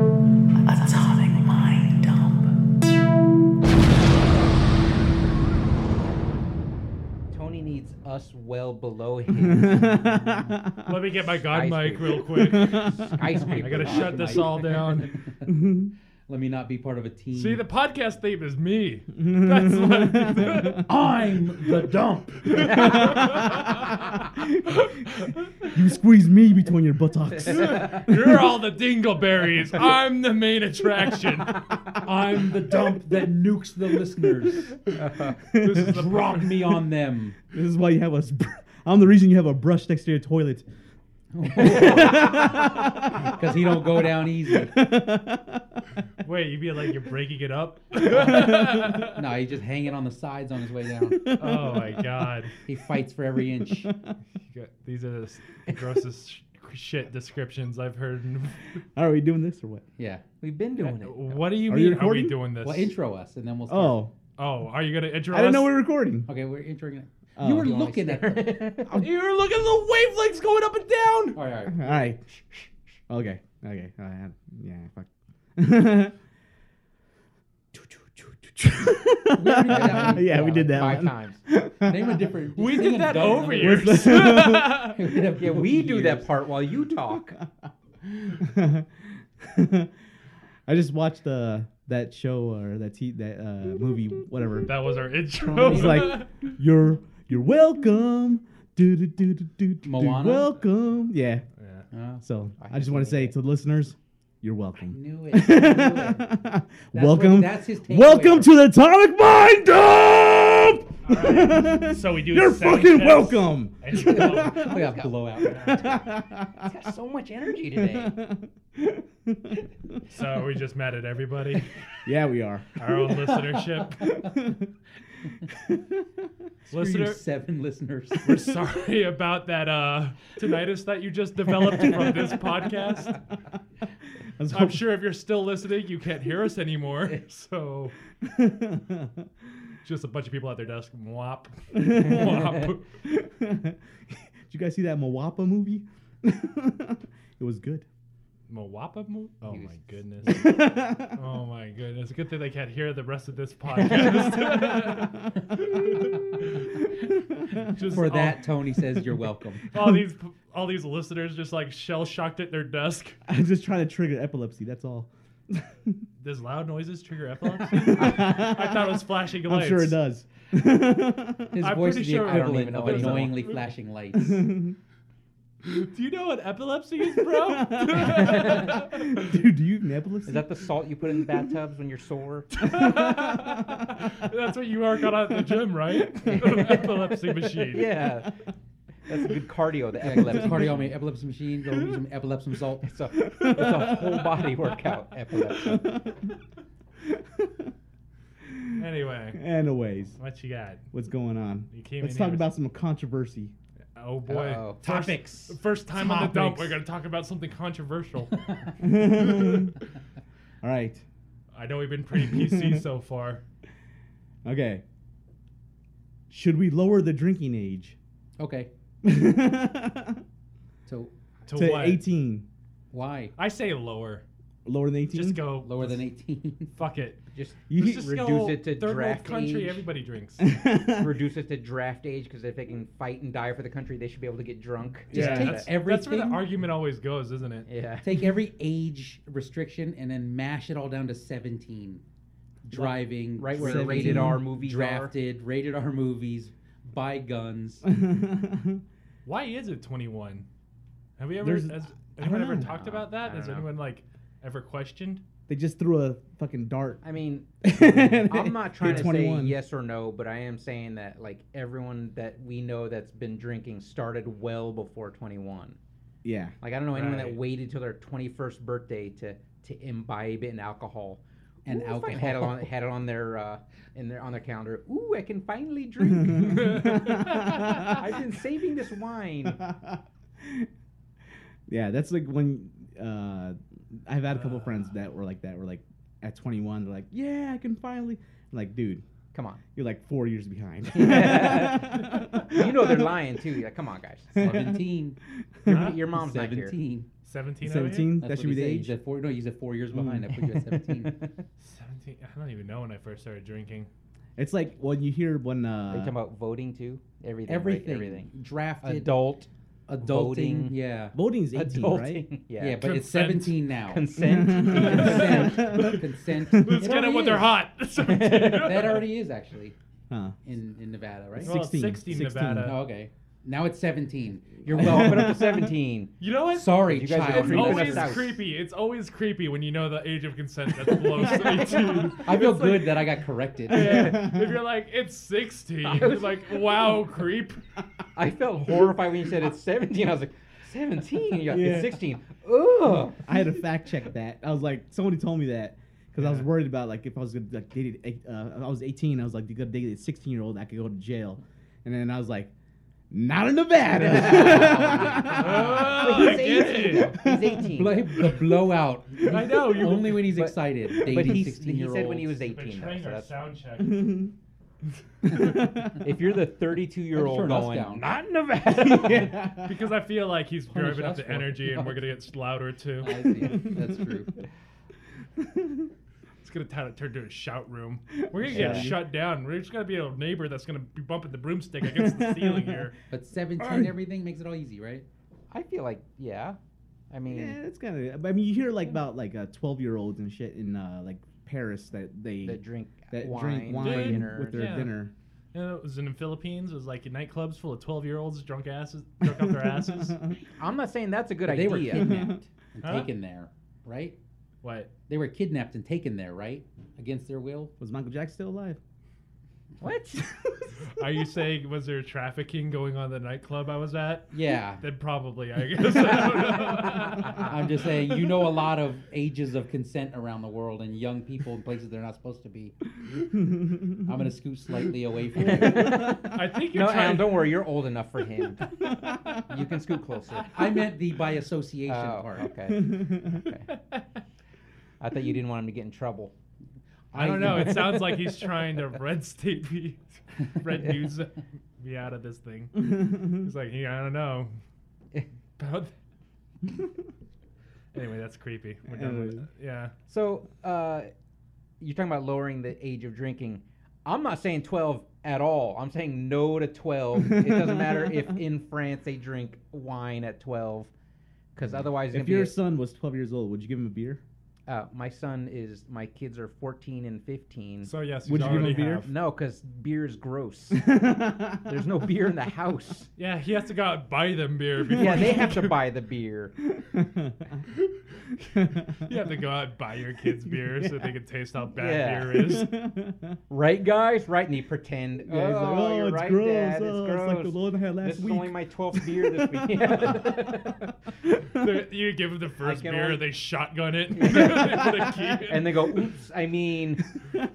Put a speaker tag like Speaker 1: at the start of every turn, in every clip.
Speaker 1: Atomic mind dump.
Speaker 2: Tony needs us well below him.
Speaker 3: Let me get my god
Speaker 2: Skyscraper.
Speaker 3: mic real quick.
Speaker 2: Skyscraper
Speaker 3: I gotta
Speaker 2: god
Speaker 3: shut this
Speaker 2: mic.
Speaker 3: all down.
Speaker 2: Let me not be part of a team.
Speaker 3: See, the podcast theme is me. That's what.
Speaker 1: I'm the dump.
Speaker 4: You squeeze me between your buttocks.
Speaker 3: You're all the dingleberries. I'm the main attraction.
Speaker 1: I'm the dump that nukes the listeners.
Speaker 3: This is the
Speaker 1: Drop me on them.
Speaker 4: This is why you have a. Sp- I'm the reason you have a brush next to your toilet.
Speaker 2: Because he don't go down easy.
Speaker 3: Wait, you mean like you're breaking it up?
Speaker 2: No, he just hanging on the sides on his way down.
Speaker 3: Oh my god.
Speaker 2: He fights for every inch.
Speaker 3: You got- These are the s- grossest sh- shit descriptions I've heard. in-
Speaker 4: Are we doing this or what?
Speaker 2: Yeah, we've been doing it.
Speaker 3: What do you
Speaker 4: Are you
Speaker 3: mean? are we
Speaker 4: recording?
Speaker 3: doing this?
Speaker 2: Well, intro us, and then we'll start.
Speaker 4: Oh,
Speaker 3: Oh, are you gonna intro?
Speaker 4: I didn't
Speaker 3: us?
Speaker 4: know we were recording.
Speaker 2: Okay, we're introing it.
Speaker 4: Oh.
Speaker 2: you were
Speaker 4: You
Speaker 1: want me
Speaker 2: looking
Speaker 1: to
Speaker 2: at the...
Speaker 3: You were looking at the wavelengths going up and down.
Speaker 2: All right, all right.
Speaker 4: All right. Okay. Okay. All right. Yeah. Fuck.
Speaker 2: We already did that one.
Speaker 4: yeah, we did that
Speaker 2: like
Speaker 4: one.
Speaker 2: five times. Name a different.
Speaker 3: We
Speaker 2: sing a
Speaker 3: did that
Speaker 2: dumb
Speaker 3: over
Speaker 2: number.
Speaker 3: yours.
Speaker 2: We'd have
Speaker 1: Yeah,
Speaker 2: to
Speaker 1: we do that
Speaker 2: years.
Speaker 1: part while you talk.
Speaker 4: I just watched uh, that show or that t- that uh, movie, whatever.
Speaker 3: that was our intro.
Speaker 4: It's like you're you're welcome. Do do do do do do.
Speaker 2: Moana?
Speaker 4: Welcome. Yeah.
Speaker 3: Yeah.
Speaker 2: Oh,
Speaker 4: So
Speaker 2: I
Speaker 4: I just
Speaker 2: knew
Speaker 4: want
Speaker 2: it.
Speaker 4: to say to the listeners, you're welcome.
Speaker 2: knew it. I knew it.
Speaker 4: welcome.
Speaker 2: what- that's his takeaway.
Speaker 4: welcome to the Atomic Mind Dump.
Speaker 3: So we do.
Speaker 4: you're
Speaker 3: sound
Speaker 4: fucking
Speaker 3: checks.
Speaker 4: welcome.
Speaker 3: I just go,
Speaker 2: Look at that blowout. He's got so much energy today.
Speaker 3: so are we just mad at everybody,
Speaker 4: yeah, we are.
Speaker 3: our own listenership.
Speaker 2: Screw you,
Speaker 3: Listener,
Speaker 2: seven listeners.
Speaker 3: we're sorry about that uh, tinnitus that you just developed from this podcast.
Speaker 4: I was
Speaker 3: I'm sure if you're still listening, you can't hear us anymore. So
Speaker 4: hoping-
Speaker 3: just a bunch of people at their desk. Wop. Wop.
Speaker 4: Did you guys see that Mawapa movie? it was good.
Speaker 3: Mwapa move? Oh
Speaker 2: He was-
Speaker 3: my goodness. oh my goodness. Good thing they can't hear the rest of this podcast. Just
Speaker 2: For
Speaker 3: all-
Speaker 2: that, Tony says you're welcome.
Speaker 3: all these all these listeners just like shell shocked at their desk.
Speaker 4: I'm just trying to trigger epilepsy. That's all.
Speaker 3: Does loud noises trigger epilepsy? I, thought it was flashing lights.
Speaker 4: I'm sure it does.
Speaker 2: His voice
Speaker 3: I'm pretty
Speaker 2: is the
Speaker 3: sure I don't
Speaker 2: equivalent
Speaker 3: even
Speaker 2: of
Speaker 3: know what it
Speaker 2: annoyingly flashing lights.
Speaker 3: Do you know what epilepsy is, bro?
Speaker 4: Dude, do you have epilepsy?
Speaker 2: Is that the salt you put in the bathtubs when you're sore?
Speaker 3: That's what you work on at the gym, right? epilepsy machine.
Speaker 2: yeah. That's a good cardio, the epilepsy. cardio, my epilepsy machine, go use some epilepsy salt. It's a, it's a whole body workout, epilepsy.
Speaker 3: Anyway,
Speaker 4: Anyways,
Speaker 3: what you got?
Speaker 4: what's going on?
Speaker 3: You came
Speaker 4: Let's
Speaker 3: in
Speaker 4: talk
Speaker 3: here-
Speaker 4: about some controversy.
Speaker 3: Oh boy.
Speaker 2: Uh-oh.
Speaker 3: First-
Speaker 1: Topics.
Speaker 3: First time on the dump,
Speaker 1: Topics.
Speaker 3: we're going to talk about something controversial.
Speaker 4: All right.
Speaker 3: I know we've been pretty PC so far.
Speaker 4: Okay. Should we lower the drinking age
Speaker 2: Okay,
Speaker 4: to
Speaker 2: so
Speaker 3: To, what?
Speaker 4: 18?
Speaker 2: why?
Speaker 3: I say lower.
Speaker 4: Lower than 18?
Speaker 3: Just go
Speaker 2: Lower than 18?
Speaker 3: Fuck it.
Speaker 2: Just
Speaker 4: You
Speaker 3: Let's
Speaker 4: can-
Speaker 3: just
Speaker 2: reduce
Speaker 3: go
Speaker 2: it to
Speaker 3: third
Speaker 2: draft
Speaker 3: world country.
Speaker 2: age.
Speaker 3: Everybody drinks.
Speaker 2: reduce it to draft age because if they can fight and die for the country, they should be able to get drunk.
Speaker 4: Just Yeah. take
Speaker 3: that's,
Speaker 2: everything.
Speaker 3: That's where the argument always goes, isn't it?
Speaker 2: Yeah. Take every age restriction and then mash it all down to 17. Driving,
Speaker 4: Right where
Speaker 2: drinking,
Speaker 4: rated R
Speaker 1: movies are.
Speaker 2: drafted, rated R movies, buy guns.
Speaker 3: Why is it 21? Have we ever
Speaker 4: There's-
Speaker 3: has
Speaker 4: I
Speaker 3: anyone
Speaker 4: don't
Speaker 3: ever
Speaker 4: know.
Speaker 3: talked about
Speaker 1: I
Speaker 3: that?
Speaker 1: don't
Speaker 3: Has
Speaker 1: know.
Speaker 3: anyone like ever questioned?
Speaker 4: they just threw a fucking dart.
Speaker 2: I mean, I'm
Speaker 4: I'm
Speaker 2: not trying to say
Speaker 4: 21.
Speaker 2: yes or no, but I am saying that like everyone that we know that's been drinking started well before 21.
Speaker 4: Yeah.
Speaker 2: Like I don't know anyone that
Speaker 3: Right.
Speaker 2: waited till their 21st birthday to to imbibe in alcohol, and
Speaker 4: Ooh,
Speaker 2: alcohol had it on
Speaker 4: alcohol.
Speaker 2: had it on their uh, in their on their calendar. Ooh, I can finally drink. I've been saving this wine.
Speaker 4: yeah, that's like when uh, I've had a couple
Speaker 3: Uh.
Speaker 4: friends that were like that. Were like at 21, they're like, "Yeah, I can finally." I'm like, dude,
Speaker 2: Come on,
Speaker 4: you're like four years behind.
Speaker 2: you know they're lying too. You're like, come on, guys, 17. Your,
Speaker 3: Huh?
Speaker 2: your mom's
Speaker 1: 17.
Speaker 2: not here.
Speaker 3: Seventeen. out of here?
Speaker 4: 17.
Speaker 5: That's
Speaker 4: That
Speaker 5: what
Speaker 4: should be
Speaker 5: he
Speaker 4: the
Speaker 5: said. He
Speaker 4: age.
Speaker 5: said four. No, you said four years behind. I put you at seventeen.
Speaker 3: Seventeen. I don't even know when I first started drinking.
Speaker 4: It's like when you hear when
Speaker 2: Are you
Speaker 4: uh,
Speaker 2: talking about voting too? Everything. right?
Speaker 5: everything,
Speaker 2: Everything.
Speaker 5: drafted,
Speaker 2: Adult.
Speaker 5: adulting,
Speaker 2: voting.
Speaker 5: yeah,
Speaker 4: voting is 18, right?
Speaker 2: Adulting.
Speaker 5: yeah,
Speaker 2: Yeah.
Speaker 5: but it's
Speaker 3: Consent.
Speaker 5: seventeen now.
Speaker 2: Consent.
Speaker 5: consent, consent.
Speaker 3: Let's
Speaker 5: It
Speaker 3: get it
Speaker 5: already
Speaker 3: when they're
Speaker 5: is.
Speaker 3: hot.
Speaker 5: That
Speaker 3: that
Speaker 5: already is actually
Speaker 4: Huh.
Speaker 5: in in Nevada, right?
Speaker 3: Well,
Speaker 4: 16,
Speaker 3: 16,
Speaker 4: 16.
Speaker 3: Nevada.
Speaker 5: Oh, okay. Now it's seventeen. You're
Speaker 2: Well, open
Speaker 5: welcome.
Speaker 2: up to 17.
Speaker 3: You know what?
Speaker 5: Sorry,
Speaker 2: You guys are
Speaker 3: It's
Speaker 5: child.
Speaker 2: Creeping us
Speaker 3: always
Speaker 2: out.
Speaker 3: creepy. It's always creepy when you know the age of consent that's below 18.
Speaker 5: I feel
Speaker 3: It's
Speaker 5: good
Speaker 3: like-
Speaker 5: that I got corrected.
Speaker 3: Yeah, if you're like, it's 16, you're like, wow, creep.
Speaker 2: I felt horrified when you said it's 17. I was like, 17? You're like,
Speaker 4: Yeah.
Speaker 2: It's 16. Ugh.
Speaker 4: I had to fact check that. I was like, somebody told me that because I was
Speaker 3: Yeah.
Speaker 4: worried about like if I was gonna like date it, uh, I was 18. I was like, gonna date a 16 year old, I could go to jail. And then I was like, not in Nevada.
Speaker 3: Oh, I get it.
Speaker 2: He's 18.
Speaker 5: Bl- the blowout.
Speaker 3: I know, you-
Speaker 5: Only when he's
Speaker 2: But-
Speaker 5: excited. Dating
Speaker 2: But he, he
Speaker 5: 16-year-olds.
Speaker 2: said when he was 18. Though, so that's-
Speaker 3: sound check.
Speaker 2: if you're the 32 year old
Speaker 5: Turn us
Speaker 2: going,
Speaker 5: down.
Speaker 2: not in Nevada.
Speaker 3: Because I feel like he's
Speaker 5: Punish
Speaker 3: driving up
Speaker 5: us
Speaker 3: the
Speaker 5: for it.
Speaker 3: energy and we're going to get louder too.
Speaker 5: I see. That's true.
Speaker 3: It's going to turn turn to a shout room. We're going to get
Speaker 2: Yeah.
Speaker 3: shut down. We're just going to be a neighbor that's going to be bumping the broomstick against the ceiling here.
Speaker 5: But 17, everything makes it all easy, right?
Speaker 2: I feel like, yeah. I mean,
Speaker 4: yeah, that's kind of. I mean, you hear like about like 12 year olds and shit in uh, like Paris that they
Speaker 2: that drink
Speaker 4: that
Speaker 2: wine,
Speaker 4: drink wine
Speaker 2: dinner.
Speaker 4: with their
Speaker 3: Yeah.
Speaker 4: dinner.
Speaker 3: You know, it was in the Philippines. It was like nightclubs full of 12 year olds drunk asses, drunk off their asses.
Speaker 2: I'm not saying that's a good
Speaker 5: But they
Speaker 2: idea.
Speaker 5: were kidnapped and
Speaker 3: Huh?
Speaker 5: taken there, right?
Speaker 3: What?
Speaker 5: They were kidnapped and taken there, right? Against their will.
Speaker 4: Was Michael Jackson still alive?
Speaker 2: What?
Speaker 3: Are you saying was there trafficking going on in the nightclub I was at?
Speaker 5: Yeah.
Speaker 3: Then probably, I guess. I don't know.
Speaker 5: I'm just saying, you know a lot of ages of consent around the world and young people in places they're not supposed to be.
Speaker 4: I'm
Speaker 5: I'm going to scoot slightly away from you.
Speaker 3: I think you're
Speaker 2: no,
Speaker 3: trying.
Speaker 2: Adam, don't worry. You're old enough for him. you can scoot closer.
Speaker 5: I meant the by association
Speaker 2: Oh,
Speaker 5: part.
Speaker 2: okay. okay. I thought you didn't want him to get in trouble.
Speaker 3: I don't know. It sounds like he's trying to red state me, red news me out of this thing. He's like, yeah, I don't know. About anyway, that's creepy. We're done with
Speaker 4: Anyways.
Speaker 3: Yeah.
Speaker 2: So, uh, you're talking about lowering the age of drinking. I'm not saying 12 at all. I'm saying no to 12. it doesn't matter if in France they drink wine at 12, because otherwise, it's
Speaker 4: if
Speaker 2: gonna be
Speaker 4: your
Speaker 2: a-
Speaker 4: son was 12 years old, would you give him a beer?
Speaker 2: uh, my son is my kids are 14 and 15.
Speaker 3: So yes, he's
Speaker 4: Would you give him
Speaker 3: already
Speaker 4: beer?
Speaker 3: have-
Speaker 2: no, because beer is gross.
Speaker 4: There's
Speaker 2: There's no beer in the house.
Speaker 3: Yeah, he has to go out and buy them beer. Before
Speaker 2: Yeah, they
Speaker 3: he
Speaker 2: have to
Speaker 3: can-
Speaker 2: buy the beer.
Speaker 3: You have to go out and buy your kids beer so they can taste how bad
Speaker 2: Yeah.
Speaker 3: beer is.
Speaker 2: Right, guys? Right? And they pretend,
Speaker 4: Yeah, he's like,
Speaker 2: oh,
Speaker 4: "Oh,
Speaker 2: you're
Speaker 4: it's
Speaker 2: right,
Speaker 4: gross.
Speaker 2: Dad.
Speaker 4: Oh,
Speaker 2: it's
Speaker 4: it's
Speaker 2: gross.
Speaker 4: like the Lord I had last
Speaker 2: this is only
Speaker 4: week."
Speaker 2: my 12th beer this week.
Speaker 3: They- you give them the first
Speaker 2: can
Speaker 3: beer,
Speaker 2: only-
Speaker 3: they shotgun it, They keep it.
Speaker 2: and they go, oops, I mean,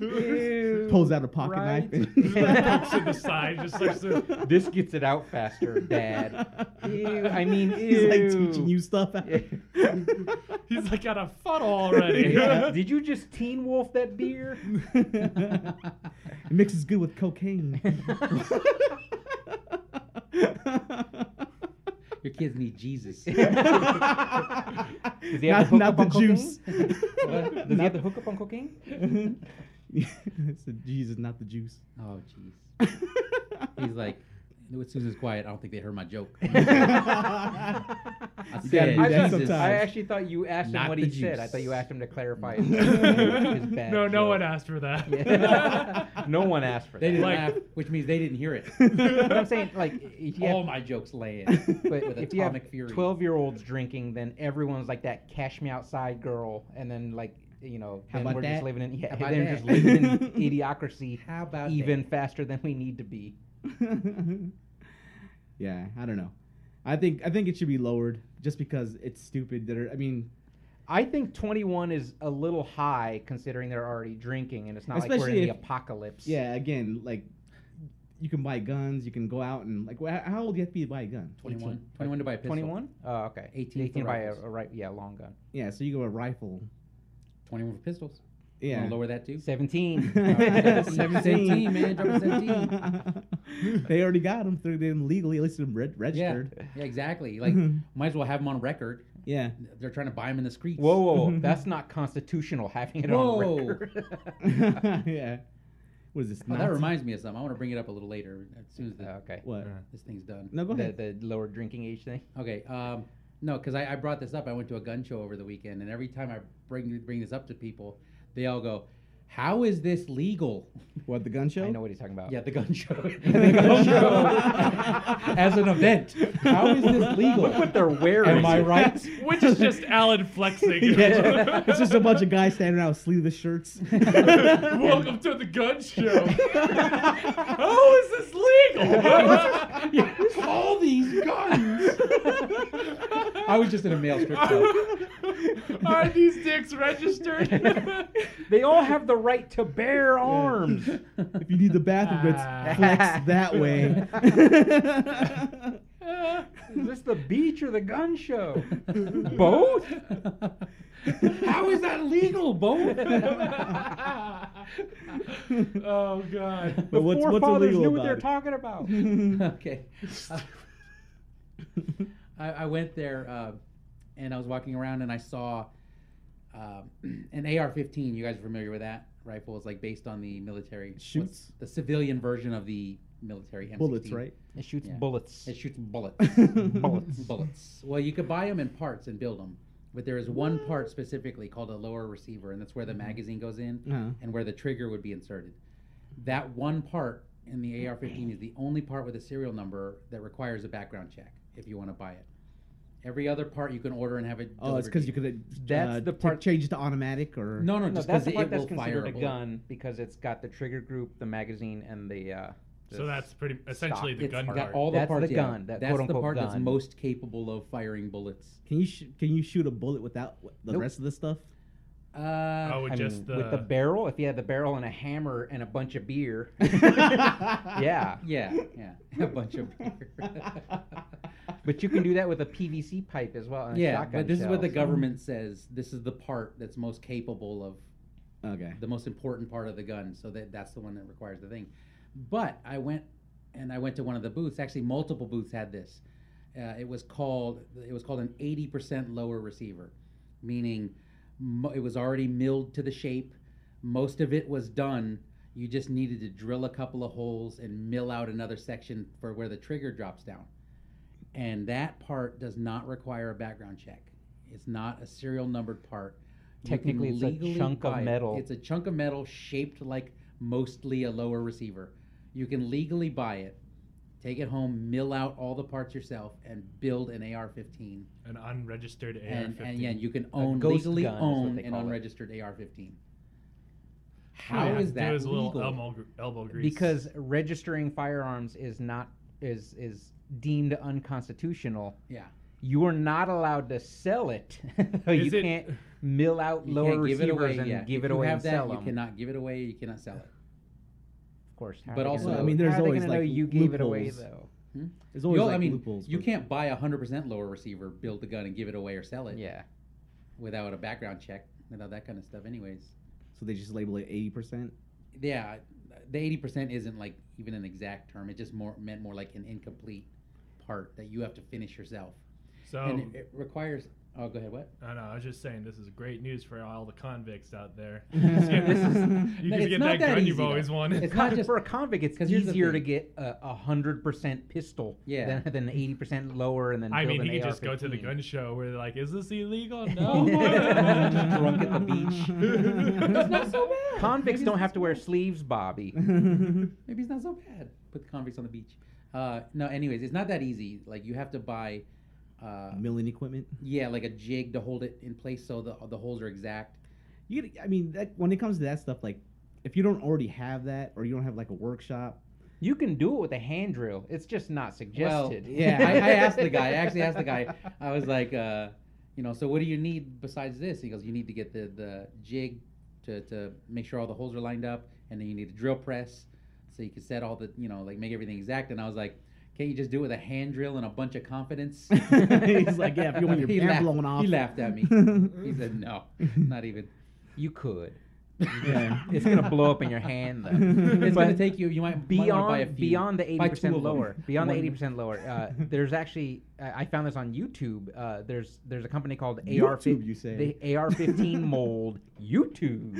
Speaker 2: ew,
Speaker 4: Pulls out a pocket
Speaker 2: right?
Speaker 4: knife.
Speaker 3: Like, pokes in the side, just like so-
Speaker 2: This gets it out faster, Dad. Ew, I mean,
Speaker 4: He's like teaching
Speaker 2: ew.
Speaker 4: you stuff. out.
Speaker 3: He's like got a funnel already.
Speaker 2: Yeah. Did you just Teen Wolf that beer?
Speaker 4: it mixes good with cocaine.
Speaker 5: Your kids need Jesus.
Speaker 4: Oh,
Speaker 2: Does he have
Speaker 4: not
Speaker 2: the
Speaker 4: not
Speaker 2: hookup
Speaker 4: the
Speaker 2: on cocaine?
Speaker 4: juice.
Speaker 2: What? Does he have the hookup on cocaine?
Speaker 4: it's the Jesus, not the juice.
Speaker 5: Oh, jeez. He's like, when Susan's quiet, I don't think they heard my joke. I
Speaker 4: You
Speaker 5: said,
Speaker 4: do
Speaker 2: I, thought-
Speaker 4: that
Speaker 5: Jesus.
Speaker 4: sometimes.
Speaker 2: I actually thought you asked him
Speaker 5: Not
Speaker 2: what
Speaker 5: the
Speaker 2: he said. I
Speaker 5: juice.
Speaker 2: thought you asked him to clarify. His, his bad
Speaker 3: no, no
Speaker 2: joke.
Speaker 3: one asked for that.
Speaker 2: Yeah. no one asked for
Speaker 5: They
Speaker 2: that.
Speaker 5: didn't
Speaker 3: Like-
Speaker 5: laugh, which means they didn't hear it.
Speaker 2: but I'm saying, like, if you
Speaker 5: All
Speaker 2: have,
Speaker 5: my jokes land
Speaker 2: but
Speaker 5: with
Speaker 2: if you have
Speaker 5: atomic fury.
Speaker 2: 12 year olds drinking, then everyone's like that "cash me outside" girl, and then like you know,
Speaker 4: How
Speaker 2: then
Speaker 4: about
Speaker 2: we're
Speaker 4: that?
Speaker 2: just living in yeah,
Speaker 5: How about
Speaker 2: they're
Speaker 5: that?
Speaker 2: just living in idiocracy
Speaker 5: How about
Speaker 2: even faster than we need to be.
Speaker 4: yeah, I don't know. I think I think it should be lowered just because it's stupid. That are, I mean,
Speaker 2: I think 21 is a little high considering they're already drinking, and it's not like we're
Speaker 4: Especially
Speaker 2: in the
Speaker 4: if-
Speaker 2: apocalypse.
Speaker 4: yeah, again, like you can buy guns, you can go out and like, wh- how old do you have to be to buy a gun?
Speaker 5: 21?
Speaker 4: 18.
Speaker 5: 21 to buy a pistol.
Speaker 2: 21? Oh, okay.
Speaker 5: 18
Speaker 2: 18
Speaker 5: for
Speaker 2: by a,
Speaker 5: rifles.
Speaker 2: a right, yeah, long gun.
Speaker 4: Yeah, so you go a rifle.
Speaker 5: 21 for pistols. You
Speaker 4: Yeah.
Speaker 5: want to lower that too?
Speaker 2: 17.
Speaker 5: Alright.
Speaker 4: 17.
Speaker 5: man, drop a 17.
Speaker 4: they already got them through them legally, at least them red-
Speaker 5: Yeah,
Speaker 4: registered.
Speaker 5: yeah, exactly. Like, might as well have them on record.
Speaker 4: Yeah.
Speaker 5: They're trying to buy them in the streets.
Speaker 2: Whoa, whoa, whoa. that's not constitutional having it
Speaker 5: Whoa.
Speaker 2: on record.
Speaker 4: yeah. What is this?
Speaker 5: Oh, that
Speaker 4: Nazi-
Speaker 5: reminds me of something. I want to bring it up a little later as soon as the,
Speaker 2: okay.
Speaker 4: What?
Speaker 3: Yeah.
Speaker 5: this thing's done.
Speaker 4: No, go
Speaker 2: The,
Speaker 4: ahead.
Speaker 2: the lower drinking age thing.
Speaker 5: Okay. Um, no, because I, I brought this up. I went to a gun show over the weekend, and every time I bring bring this up to people, they all go, "How is this legal?"
Speaker 4: What the gun show?
Speaker 2: I know what he's talking about.
Speaker 5: Yeah, the gun show.
Speaker 4: The gun
Speaker 2: show.
Speaker 5: As an event, how is this legal?
Speaker 2: Look what they're wearing.
Speaker 5: Am I right?
Speaker 3: Which is just Alan flexing.
Speaker 4: Yeah. it's just a bunch of guys standing around with sleeveless shirts.
Speaker 3: Welcome to the gun show. How is this legal?
Speaker 5: all these guns. I was just in a male strip club.
Speaker 3: Are these dicks registered?
Speaker 2: They all have the right to bear arms.
Speaker 4: if you need the bathroom,
Speaker 3: Ah.
Speaker 4: it's flex that way.
Speaker 2: Is this the beach or the gun show? Both?
Speaker 5: How is that legal, Bo?
Speaker 3: oh god.
Speaker 2: The
Speaker 4: But what's- what's
Speaker 2: forefathers knew
Speaker 4: illegal
Speaker 2: what
Speaker 4: about
Speaker 2: they were
Speaker 4: it?
Speaker 2: talking about.
Speaker 4: Mm.
Speaker 5: okay. Uh, I, I went there uh, and I was walking around and I saw um, an AR 15. You guys are familiar with that rifle? It's like based on the military. what's
Speaker 4: Shoots.
Speaker 5: The civilian version of the military M16.
Speaker 4: Bullets, right?
Speaker 2: It shoots
Speaker 5: Yeah.
Speaker 2: bullets.
Speaker 5: It shoots bullets.
Speaker 2: bullets.
Speaker 5: bullets. Well, you could buy them in parts and build them. But there is one part specifically called a lower receiver, and that's where the
Speaker 4: Mm-hmm.
Speaker 5: magazine goes in
Speaker 4: Uh-huh.
Speaker 5: and where the trigger would be inserted. That one part in the AR 15 is the only part with a serial number that requires a background check if you want to buy it. Every other part you can order and have it.
Speaker 4: Oh, it's because
Speaker 5: delivered to
Speaker 4: you could. Uh,
Speaker 2: That's the
Speaker 4: t-
Speaker 2: part-
Speaker 4: change it to automatic or.
Speaker 5: No, no,
Speaker 2: No,
Speaker 5: just
Speaker 2: that's the
Speaker 5: because
Speaker 2: part
Speaker 5: it
Speaker 2: that's
Speaker 5: will fire
Speaker 2: considered a
Speaker 5: bullet.
Speaker 2: gun because it's got the trigger group, the magazine, and the. Uh, the
Speaker 3: So that's pretty essentially
Speaker 2: stock.
Speaker 3: the
Speaker 5: It's
Speaker 3: gun
Speaker 5: got
Speaker 3: part.
Speaker 5: all the
Speaker 2: That's the
Speaker 5: parts. yeah.
Speaker 2: gun, that
Speaker 5: that's the
Speaker 2: quote-unquote
Speaker 5: part that's
Speaker 2: gun.
Speaker 5: most capable of firing bullets.
Speaker 4: Can you sh- can you shoot a bullet without w- the
Speaker 2: Nope.
Speaker 4: rest of the stuff?
Speaker 5: Uh,
Speaker 3: oh, with
Speaker 2: I
Speaker 3: just
Speaker 2: mean,
Speaker 3: the,
Speaker 2: with the barrel. If you had the barrel and a hammer and a bunch of beer, yeah.
Speaker 5: yeah, yeah, a bunch of beer.
Speaker 2: But you can do that with a PVC pipe as well. And a
Speaker 5: Yeah,
Speaker 2: shotgun
Speaker 5: but this is what the
Speaker 2: shells.
Speaker 5: government says. This is the part that's most capable of
Speaker 4: Okay.
Speaker 5: the most important part of the gun. So that that's the one that requires the thing. But I went and I went to one of the booths. Actually, multiple booths had this. Uh, it was called it was called an eighty percent lower receiver, meaning mo- it was already milled to the shape. Most of it was done. You just needed to drill a couple of holes and mill out another section for where the trigger drops down. And that part does not require a background check. It's not a serial numbered part. You can
Speaker 2: Technically, it's a
Speaker 5: legally
Speaker 2: chunk of
Speaker 5: buy it.
Speaker 2: metal.
Speaker 5: It's a chunk of metal shaped like mostly a lower receiver. You can legally buy it, take it home, mill out all the parts yourself, and build an AR-15.
Speaker 3: an unregistered AR-15.
Speaker 5: And, and yeah, you can own
Speaker 2: ghost
Speaker 5: legally
Speaker 2: gun is what
Speaker 5: own
Speaker 2: they
Speaker 5: an
Speaker 2: call it.
Speaker 5: unregistered AR-15.
Speaker 3: All
Speaker 5: How
Speaker 3: you have
Speaker 5: is
Speaker 3: to do
Speaker 5: that
Speaker 3: is a little
Speaker 5: legal?
Speaker 3: elbow, gr- elbow grease.
Speaker 2: because registering firearms is not is is deemed unconstitutional.
Speaker 5: Yeah.
Speaker 2: You are not allowed to sell it. Oh, you
Speaker 3: Is it-
Speaker 2: can't mill out
Speaker 5: You
Speaker 2: lower
Speaker 5: can't give
Speaker 2: receivers
Speaker 5: it away.
Speaker 2: and
Speaker 5: yeah.
Speaker 2: give
Speaker 5: If
Speaker 2: it
Speaker 5: you
Speaker 2: away
Speaker 5: have
Speaker 2: and
Speaker 5: that,
Speaker 2: sell
Speaker 5: you
Speaker 2: them.
Speaker 5: cannot give it away. You cannot sell it.
Speaker 2: of course. how
Speaker 5: But
Speaker 2: are they
Speaker 5: also-
Speaker 2: gonna
Speaker 5: I
Speaker 2: know-
Speaker 5: mean,
Speaker 4: there's
Speaker 2: how are they
Speaker 4: always,
Speaker 2: gonna know
Speaker 4: like,
Speaker 2: you gave it away
Speaker 4: loopholes.
Speaker 2: though.
Speaker 4: There's always
Speaker 5: You know,
Speaker 4: like
Speaker 5: I mean,
Speaker 4: loopholes.
Speaker 5: you
Speaker 4: but-
Speaker 5: can't buy a hundred percent lower receiver, build the gun, and give it away or sell it
Speaker 2: Yeah.
Speaker 5: without a background check, without that kind of stuff. Anyways,
Speaker 4: So they just label it eighty percent.
Speaker 5: yeah, the eighty percent isn't like even an exact term. It just more meant more like an incomplete part that you have to finish yourself,
Speaker 3: so
Speaker 5: and it, it requires. Oh, go ahead. What?
Speaker 3: I know. I was just saying, this is great news for all the convicts out there.
Speaker 4: This
Speaker 2: is-
Speaker 3: you
Speaker 5: No,
Speaker 3: can
Speaker 5: it's
Speaker 3: get
Speaker 5: not
Speaker 3: that,
Speaker 5: that
Speaker 3: gun you've
Speaker 5: easy, though.
Speaker 3: always wanted.
Speaker 5: It's
Speaker 2: Con-
Speaker 5: not just
Speaker 2: for a convict, it's
Speaker 5: 'cause here's the
Speaker 2: easier to
Speaker 5: thing.
Speaker 2: get a a hundred percent pistol
Speaker 5: Yeah.
Speaker 2: than than eighty percent lower, and then
Speaker 3: I
Speaker 2: build
Speaker 3: mean,
Speaker 2: an
Speaker 3: he could just go to the
Speaker 2: AR-15.
Speaker 3: gun show where they're like, "Is this illegal?" No.
Speaker 2: Just drunk at the beach.
Speaker 5: That's not so bad.
Speaker 2: Convicts
Speaker 5: Maybe
Speaker 2: don't
Speaker 5: it's
Speaker 2: have to
Speaker 5: not
Speaker 2: wear
Speaker 5: so
Speaker 2: sleeves, Bobby.
Speaker 5: bad. Maybe it's not so bad. Put the convicts on the beach. Uh, no, anyways, it's not that easy. Like you have to buy. Uh,
Speaker 4: Milling equipment.
Speaker 5: yeah, like a jig to hold it in place so the the holes are exact.
Speaker 4: You. Gotta, I mean, that, when it comes to that stuff, like if you don't already have that, or you don't have like a workshop,
Speaker 2: You can do it with a hand drill. It's just not suggested.
Speaker 5: Well, yeah, I, I asked the guy. I actually asked the guy. I was like, uh, you know, so what do you need besides this? He goes, you need to get the the jig to to make sure all the holes are lined up, and then you need the drill press so you can set all the you know like make everything exact. And I was like. Can't you just do it with a hand drill and a bunch of confidence?
Speaker 4: He's like, "Yeah, if you want your
Speaker 5: He
Speaker 4: pants
Speaker 5: laughed-
Speaker 4: blown off."
Speaker 5: He laughed at me. He said, "No, not even."
Speaker 2: you could.
Speaker 4: Yeah.
Speaker 2: It's gonna blow up in your hand though.
Speaker 5: It's
Speaker 2: But
Speaker 5: going to take you. You might might wanna buy a few.
Speaker 2: beyond beyond the eighty
Speaker 5: Buy two of
Speaker 2: percent
Speaker 5: them.
Speaker 2: lower. Beyond the
Speaker 5: One-
Speaker 2: eighty percent lower. Uh, there's actually I I found this on YouTube. Uh, there's there's a company called AR
Speaker 4: YouTube, you say.
Speaker 2: the AR15 mold YouTube.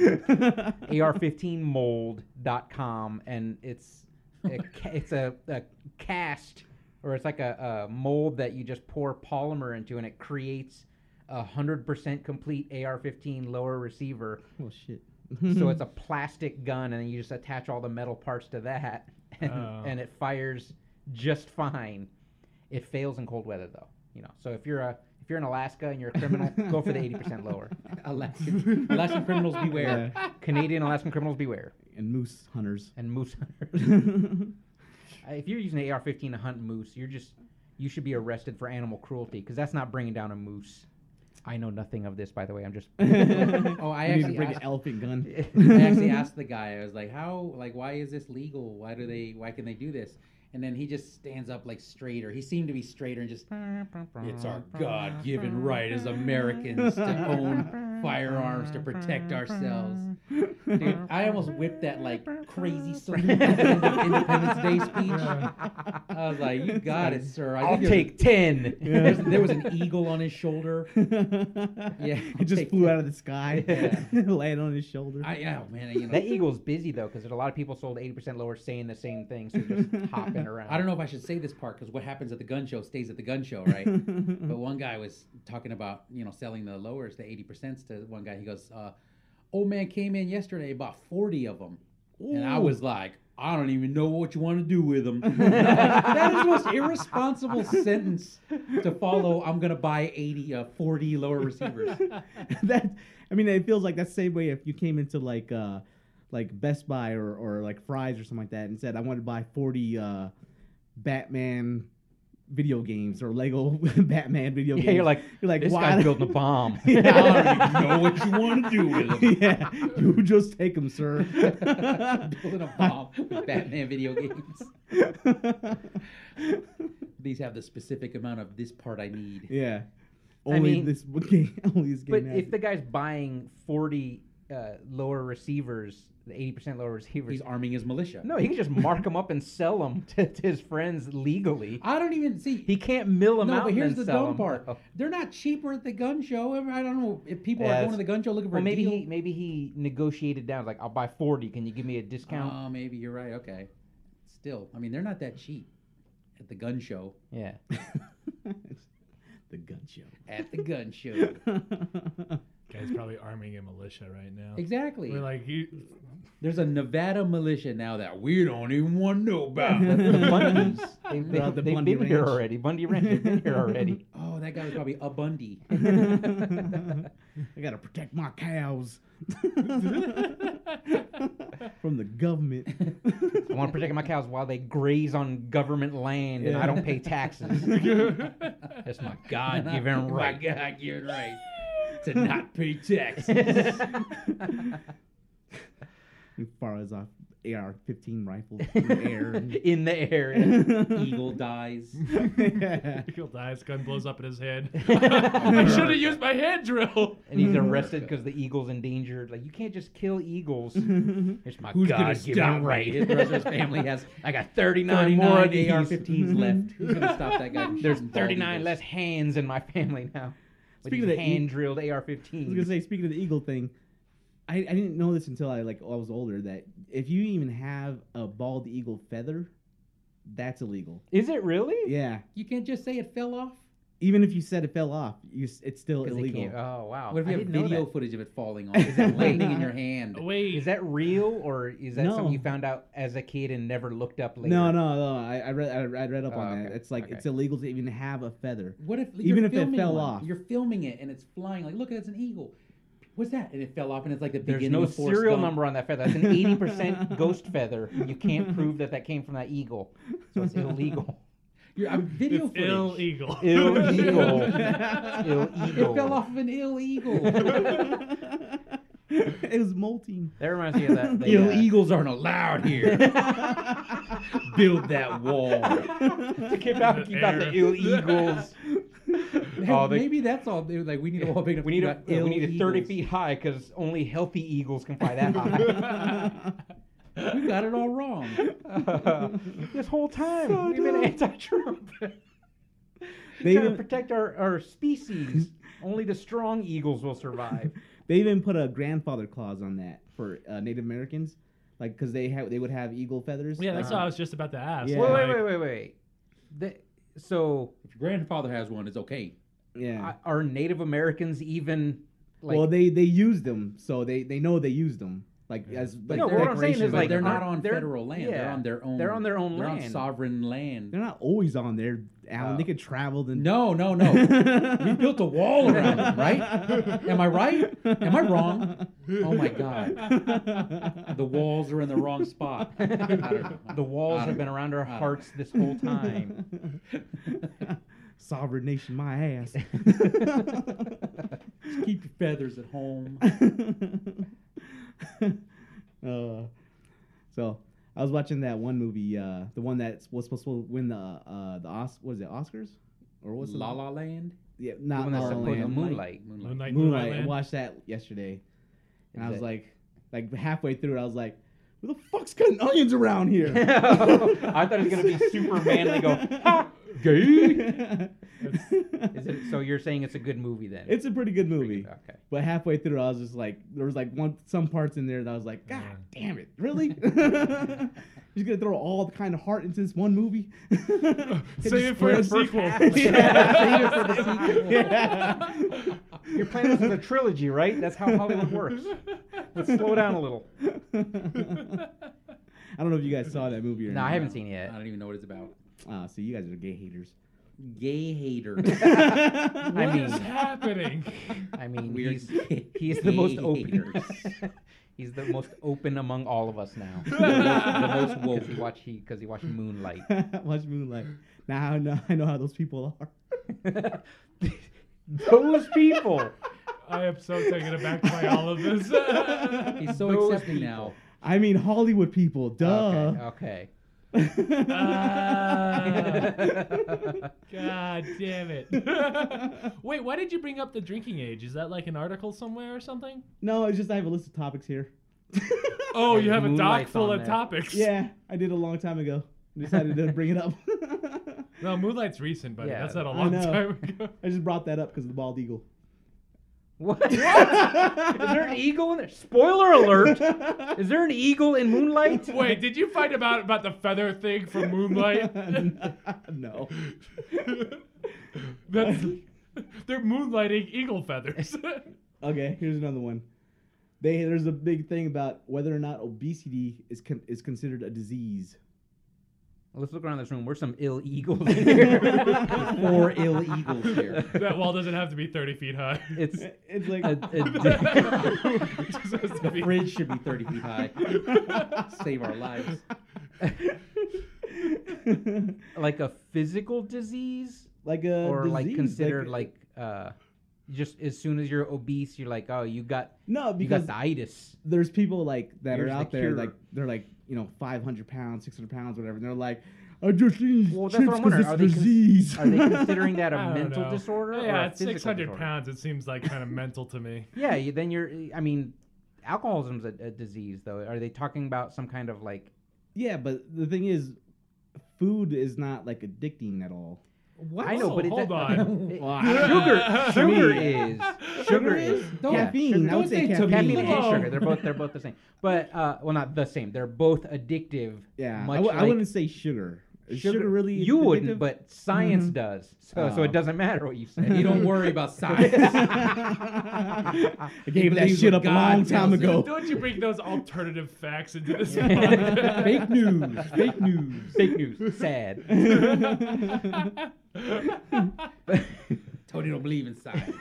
Speaker 2: AR15mold.com and it's a, ca- it's a, a cast or it's like a, a mold that you just pour polymer into and it creates a hundred percent complete AR15 lower receiver.
Speaker 4: oh shit.
Speaker 2: so it's a plastic gun and then you just attach all the metal parts to that and,
Speaker 3: Oh.
Speaker 2: and it fires just fine. It fails in cold weather though, you know. So if you're a if you're in Alaska and you're a criminal, go for the eighty percent lower.
Speaker 5: Alaskan, Alaskan criminals beware.
Speaker 2: Canadian Alaskan criminals beware.
Speaker 4: and moose hunters.
Speaker 2: and moose hunters.
Speaker 4: yeah,
Speaker 2: Uh, if you're using an AR-15 to hunt moose, you're just you should be arrested for animal cruelty because that's not bringing down a moose. I know nothing of this, by the way. I'm just
Speaker 5: Oh, I
Speaker 4: you need to
Speaker 5: actually
Speaker 4: bring
Speaker 5: asked,
Speaker 4: an elephant gun.
Speaker 5: I actually asked the guy. I was like, "How? Like, why is this legal? Why do they? Why can they do this?" And then he just stands up like straighter. He seemed to be straighter and just.
Speaker 2: Oh.
Speaker 5: It's our God-given right as Americans to own firearms to protect ourselves. Dude, I almost whipped that like crazy salute at the end of Independence Day speech. I was like, "You got it, sir." I
Speaker 2: I'll
Speaker 5: think there's-
Speaker 2: take ten.
Speaker 5: there's- there was an eagle on his shoulder.
Speaker 4: yeah, it just
Speaker 5: take
Speaker 4: flew
Speaker 5: that.
Speaker 4: out of the sky,
Speaker 5: Yeah.
Speaker 4: landed on his shoulder.
Speaker 5: I, oh man, you know,
Speaker 2: That eagle's busy though, because a lot of people sold eighty percent lower, saying the same thing, so they're just hopping around.
Speaker 5: I don't know if I should say this part because what happens at the gun show stays at the gun show, right? but one guy was talking about you know selling the lowers, the eighty percents to one guy. He goes, uh, "Old man came in yesterday, bought forty of them," and I
Speaker 4: Ooh.
Speaker 5: was like, "I don't even know what you want to do with them." that is the most irresponsible sentence to follow. I'm gonna buy eighty, uh, forty lower receivers.
Speaker 4: that I mean, it feels like that same way if you came into like uh like Best Buy or or like Fry's or something like that and said I want to buy forty uh Batman video games or Lego Batman video games.
Speaker 2: Yeah, you're like
Speaker 4: you're like
Speaker 2: this
Speaker 4: why
Speaker 2: guy's building a bomb.
Speaker 5: I don't even know what you want to do with them.
Speaker 4: yeah, you just take them, sir.
Speaker 5: Building a bomb with Batman video games. These have the specific amount of this part I need.
Speaker 4: yeah.
Speaker 2: I
Speaker 4: Only
Speaker 2: mean-
Speaker 4: this one game. Only this
Speaker 2: But
Speaker 4: game. has
Speaker 2: if the guy's buying forty uh, lower receivers, the eighty percent lower receivers,
Speaker 5: He's arming his militia.
Speaker 2: No, he can just mark them up and sell them to, to his friends legally.
Speaker 5: I don't even see.
Speaker 2: He can't mill them
Speaker 5: no,
Speaker 2: out.
Speaker 5: but
Speaker 2: and
Speaker 5: here's
Speaker 2: then
Speaker 5: the
Speaker 2: sell
Speaker 5: dumb
Speaker 2: 'em.
Speaker 5: part.
Speaker 2: Oh.
Speaker 5: They're not cheaper at the gun show. I don't know if people
Speaker 2: Yeah,
Speaker 5: are
Speaker 2: it's-
Speaker 5: going to the gun show looking for
Speaker 2: Well,
Speaker 5: a
Speaker 2: maybe
Speaker 5: deal.
Speaker 2: he maybe he negotiated down. Like, I'll buy forty. Can you give me a discount?
Speaker 5: Oh, maybe you're right. Okay. Still, I mean, they're not that cheap at the gun show.
Speaker 2: yeah.
Speaker 4: the gun show.
Speaker 5: At the gun show.
Speaker 3: Guy's probably arming a militia right now.
Speaker 5: exactly.
Speaker 3: We're like, you,
Speaker 5: There's a Nevada militia now that we don't even want to know about.
Speaker 2: The Bundys. They,
Speaker 4: They're out the
Speaker 2: have
Speaker 4: Bundy
Speaker 2: been here
Speaker 4: Ranch.
Speaker 2: already. Bundy Ranch. They've been here already.
Speaker 5: oh, that guy was probably a Bundy.
Speaker 4: I gotta protect my cows from the government.
Speaker 2: I want to protect my cows while they graze on government land and I don't pay taxes. That's my God-given
Speaker 5: My
Speaker 2: right.
Speaker 5: God, you're right. to not pay taxes.
Speaker 4: He fires off AR-15 rifles in the air. and-
Speaker 2: In the area.
Speaker 5: Eagle dies.
Speaker 4: Yeah.
Speaker 3: Eagle dies, gun blows up in his head. I should have used my hand drill.
Speaker 2: and he's
Speaker 4: Mm-hmm.
Speaker 2: arrested because the eagle's endangered. Like you can't just kill eagles.
Speaker 4: Mm-hmm.
Speaker 2: It's my
Speaker 5: Who's gonna
Speaker 2: God
Speaker 5: stop
Speaker 2: given
Speaker 5: me?
Speaker 2: right.
Speaker 5: His brother's family has-
Speaker 2: I got 39,
Speaker 5: 39
Speaker 2: more
Speaker 5: more
Speaker 2: of these.
Speaker 5: AR-15s left. Who's gonna stop that guy? from
Speaker 2: There's
Speaker 5: shooting bald
Speaker 2: 39
Speaker 5: eagles?
Speaker 2: less hands in my family now. Speaking
Speaker 4: Speaking of
Speaker 2: of
Speaker 4: the e-
Speaker 2: hand drilled
Speaker 4: I was gonna
Speaker 2: AR-15.
Speaker 4: say, speaking of the eagle thing, I, I didn't know this until I like I was older that if you even have a bald eagle feather, that's illegal.
Speaker 2: Is it really?
Speaker 4: Yeah,
Speaker 5: You can't just say it fell off.
Speaker 4: even if you said it fell off, you s- it's still
Speaker 2: 'Cause they
Speaker 4: illegal.
Speaker 2: can't- Oh wow.
Speaker 5: What if
Speaker 2: I
Speaker 5: you have
Speaker 2: didn't know
Speaker 5: video
Speaker 2: that.
Speaker 5: footage of it falling off? Is it landing in your hand?
Speaker 3: Wait,
Speaker 2: Is that real or is that
Speaker 4: No.
Speaker 2: something you found out as a kid and never looked up later?
Speaker 4: No, no, no. I, I read I, I read up on
Speaker 2: Oh,
Speaker 4: that.
Speaker 2: okay,
Speaker 4: It's like
Speaker 2: okay.
Speaker 4: it's illegal to even have a feather.
Speaker 5: What if
Speaker 4: Even
Speaker 5: you're
Speaker 4: if it
Speaker 5: filming
Speaker 4: fell
Speaker 5: one,
Speaker 4: off.
Speaker 5: You're filming it and it's flying. Like, look, it's an eagle. What's that? And it fell off, and it's like the
Speaker 2: There's
Speaker 5: beginning
Speaker 2: no
Speaker 5: of Forrest
Speaker 2: serial
Speaker 5: Gump.
Speaker 2: number on that feather. That's an 80% ghost feather. You can't prove that that came from that eagle. So it's illegal.
Speaker 5: You're, I'm video
Speaker 3: it's
Speaker 5: footage.
Speaker 3: illegal.
Speaker 2: Illegal. Oh.
Speaker 5: It fell
Speaker 2: Illegal.
Speaker 5: off of an ill eagle.
Speaker 4: it was molting.
Speaker 2: That reminds me of that. the,
Speaker 5: Ill
Speaker 2: uh,
Speaker 5: eagles aren't allowed here. Build that wall.
Speaker 2: to keep out,
Speaker 3: The
Speaker 2: keep out the
Speaker 3: air.
Speaker 2: ill eagles. Oh, they-
Speaker 5: maybe that's all. they were Like we need a wall big enough.
Speaker 2: We
Speaker 5: to
Speaker 2: need a
Speaker 5: keep
Speaker 2: yeah,
Speaker 5: out
Speaker 2: we need
Speaker 5: ill
Speaker 2: a thirty
Speaker 5: eagles.
Speaker 2: feet high because only healthy eagles can fly that high. Oh.
Speaker 5: We got it all wrong.
Speaker 2: this whole time we've been anti-Trump.
Speaker 4: They
Speaker 2: trying
Speaker 4: even-
Speaker 2: to protect our, our species. only the strong eagles will survive.
Speaker 4: They even put a grandfather clause on that for uh, Native Americans, like because they have they would have eagle feathers.
Speaker 3: yeah, that's
Speaker 4: like,
Speaker 3: what I was just about to ask.
Speaker 4: Yeah.
Speaker 2: Wait,
Speaker 3: like,
Speaker 2: wait, wait, wait, wait. The- so
Speaker 5: If your grandfather has one, it's okay.
Speaker 4: yeah.
Speaker 2: I- are Native Americans even like?
Speaker 4: well, they they used them, so they they know they used them. Like
Speaker 3: Yeah.
Speaker 4: as like,
Speaker 2: But no, what I'm saying
Speaker 4: decoration,
Speaker 2: is,
Speaker 4: but
Speaker 2: like,
Speaker 5: they're not
Speaker 2: aren't-
Speaker 5: on
Speaker 2: they're-
Speaker 5: federal land. They're
Speaker 2: yeah.
Speaker 5: on their own.
Speaker 2: They're on their own
Speaker 5: they're on
Speaker 2: land.
Speaker 5: sovereign land.
Speaker 4: they're not always on there, Alan.
Speaker 2: Oh.
Speaker 4: They could travel. Then
Speaker 5: Uh, No, no, no. we built a wall around them, right? Am I right? Am I wrong? Oh my God. The walls are in the wrong spot. I don't know.
Speaker 2: the walls
Speaker 5: I don't
Speaker 2: have been
Speaker 5: know.
Speaker 2: around our
Speaker 5: I don't know.
Speaker 2: hearts this whole time.
Speaker 4: Sovereign nation, my ass.
Speaker 5: Just keep your feathers at home.
Speaker 4: uh, so I was watching that one movie, uh, the one that was supposed to win the uh, the Os- was it Oscars or what's the
Speaker 5: La La Land.
Speaker 4: yeah
Speaker 2: The
Speaker 4: not
Speaker 2: one that's
Speaker 4: La La
Speaker 2: supposed to
Speaker 4: Land.
Speaker 2: moonlight.
Speaker 3: Moonlight,
Speaker 4: Moonlight. I
Speaker 3: Moonlight Land.
Speaker 4: watched that yesterday, and
Speaker 2: Is
Speaker 4: I was
Speaker 2: it-
Speaker 4: like, like halfway through, it, I was like, who the fuck's cutting onions around here?
Speaker 2: I thought it was gonna be Superman. They go, ha, gay. Is it, so you're saying it's a good movie then?
Speaker 4: It's a pretty good movie.
Speaker 2: Okay.
Speaker 4: But halfway through, I was just like, there was like one some parts in there that I was like, God
Speaker 3: Yeah.
Speaker 4: damn it, really? You're gonna throw all the kind of heart into this one movie?
Speaker 3: Save it for a sequel.
Speaker 4: Yeah,
Speaker 5: save it for the sequel.
Speaker 2: You're planning this as a trilogy, right? That's how Hollywood works. Let's slow down a little.
Speaker 4: I don't know if you guys saw that movie or
Speaker 2: No,
Speaker 4: not.
Speaker 2: I haven't seen it
Speaker 5: I
Speaker 2: yet.
Speaker 5: don't even know what it's about.
Speaker 4: Ah, so you guys are gay haters.
Speaker 5: Gay hater.
Speaker 2: I
Speaker 3: What is
Speaker 2: mean,
Speaker 3: happening?
Speaker 2: I mean,
Speaker 5: We're
Speaker 2: he's he's the most open.
Speaker 5: gators.
Speaker 2: he's the most open among all of us now. the, most, the most woke. 'cause He watched he because he watched Moonlight.
Speaker 4: Watch Moonlight. Now I know, I know how those people are.
Speaker 2: Those people.
Speaker 3: I am so taken aback by all of this.
Speaker 5: He's so
Speaker 2: Those
Speaker 5: accepting
Speaker 2: people.
Speaker 5: now.
Speaker 4: I mean Hollywood people,
Speaker 2: Okay.
Speaker 4: duh.
Speaker 2: okay.
Speaker 4: Uh.
Speaker 3: Ah. God damn it. Wait, why did you bring up the drinking age? Is that like an article somewhere or something?
Speaker 4: no, it's just I have a list of topics here.
Speaker 3: Oh, you
Speaker 2: There's
Speaker 3: have a doc
Speaker 2: moonlights
Speaker 3: full
Speaker 2: on
Speaker 3: of
Speaker 2: there.
Speaker 3: topics.
Speaker 4: Yeah, I did a long time ago. Decided to bring it up.
Speaker 3: No, Moonlight's recent, buddy.
Speaker 2: Yeah,
Speaker 3: That's not a
Speaker 2: I
Speaker 3: long
Speaker 4: know.
Speaker 3: time ago.
Speaker 4: I just brought that up because of the bald eagle.
Speaker 2: What? Is there an eagle in there? Spoiler alert! Is there an eagle in Moonlight?
Speaker 3: Wait, did you find about about the feather thing from Moonlight?
Speaker 4: no.
Speaker 3: That's they're moonlighting eagle feathers.
Speaker 4: Okay, here's another one. They there's a big thing about whether or not obesity is con- is considered a disease.
Speaker 2: Let's look around this room. We're some ill eagles in here.
Speaker 5: Four ill eagles here.
Speaker 3: that wall doesn't have to be thirty feet high.
Speaker 2: It's
Speaker 4: It's like
Speaker 2: a,
Speaker 3: It just has to
Speaker 5: The
Speaker 3: be-
Speaker 5: fridge should be 30 feet high. Save our lives.
Speaker 2: a- like a physical disease,
Speaker 4: like a
Speaker 2: or like
Speaker 4: disease,
Speaker 2: considered like, uh, just as soon as you're obese, you're like, oh, you got
Speaker 4: no
Speaker 2: you got
Speaker 4: because
Speaker 2: diabetes.
Speaker 4: there's people like that are
Speaker 2: Here's the
Speaker 4: out there
Speaker 2: cure.
Speaker 4: like they're like you know 500 pounds 600 pounds whatever and they're like I just eat
Speaker 2: Well, that's
Speaker 4: chips
Speaker 2: what I'm
Speaker 4: 'cause
Speaker 2: wondering.
Speaker 4: it's
Speaker 2: Are they, cons-
Speaker 4: disease
Speaker 2: are they considering that
Speaker 3: I
Speaker 2: a
Speaker 3: don't
Speaker 2: mental
Speaker 3: know.
Speaker 2: disorder? or
Speaker 3: Yeah,
Speaker 2: a
Speaker 3: at
Speaker 2: physical
Speaker 3: six hundred
Speaker 2: disorder?
Speaker 3: pounds, it seems like kind of mental to me.
Speaker 2: Yeah, you, then you're. I mean, alcoholism's a, a disease, though. Are they talking about some kind of like?
Speaker 4: yeah but the thing is food is not like addicting at all
Speaker 5: What?
Speaker 2: I know,
Speaker 3: Oh,
Speaker 2: but it,
Speaker 3: hold
Speaker 2: that-
Speaker 3: on.
Speaker 2: it-
Speaker 3: Wow.
Speaker 2: sugar, sugar
Speaker 3: To
Speaker 2: is sugar is
Speaker 4: Don't-
Speaker 2: yeah,
Speaker 4: Caffeine,
Speaker 2: sugar-
Speaker 4: I would say
Speaker 2: caffeine,
Speaker 4: caffeine.
Speaker 2: and
Speaker 3: Whoa.
Speaker 2: sugar. They're both they're both the same, but uh, well, not the same. They're both addictive.
Speaker 4: yeah I
Speaker 2: much
Speaker 4: w- I
Speaker 2: like
Speaker 4: wouldn't say sugar Is sugar, really
Speaker 2: You
Speaker 4: addictive?
Speaker 2: wouldn't, but science
Speaker 4: Mhm.
Speaker 2: does. So, so
Speaker 4: Oh.
Speaker 2: it doesn't matter what you say.
Speaker 5: You don't worry about science.
Speaker 4: I
Speaker 5: He
Speaker 4: gave that
Speaker 5: believes
Speaker 4: shit
Speaker 5: what
Speaker 4: up a
Speaker 5: God
Speaker 4: long time
Speaker 5: tells him.
Speaker 4: ago
Speaker 3: Don't you bring those alternative facts into this?
Speaker 2: Yeah.
Speaker 3: podcast?
Speaker 5: Fake news. Fake news.
Speaker 2: Fake news. Sad.
Speaker 5: Tony don't believe in science.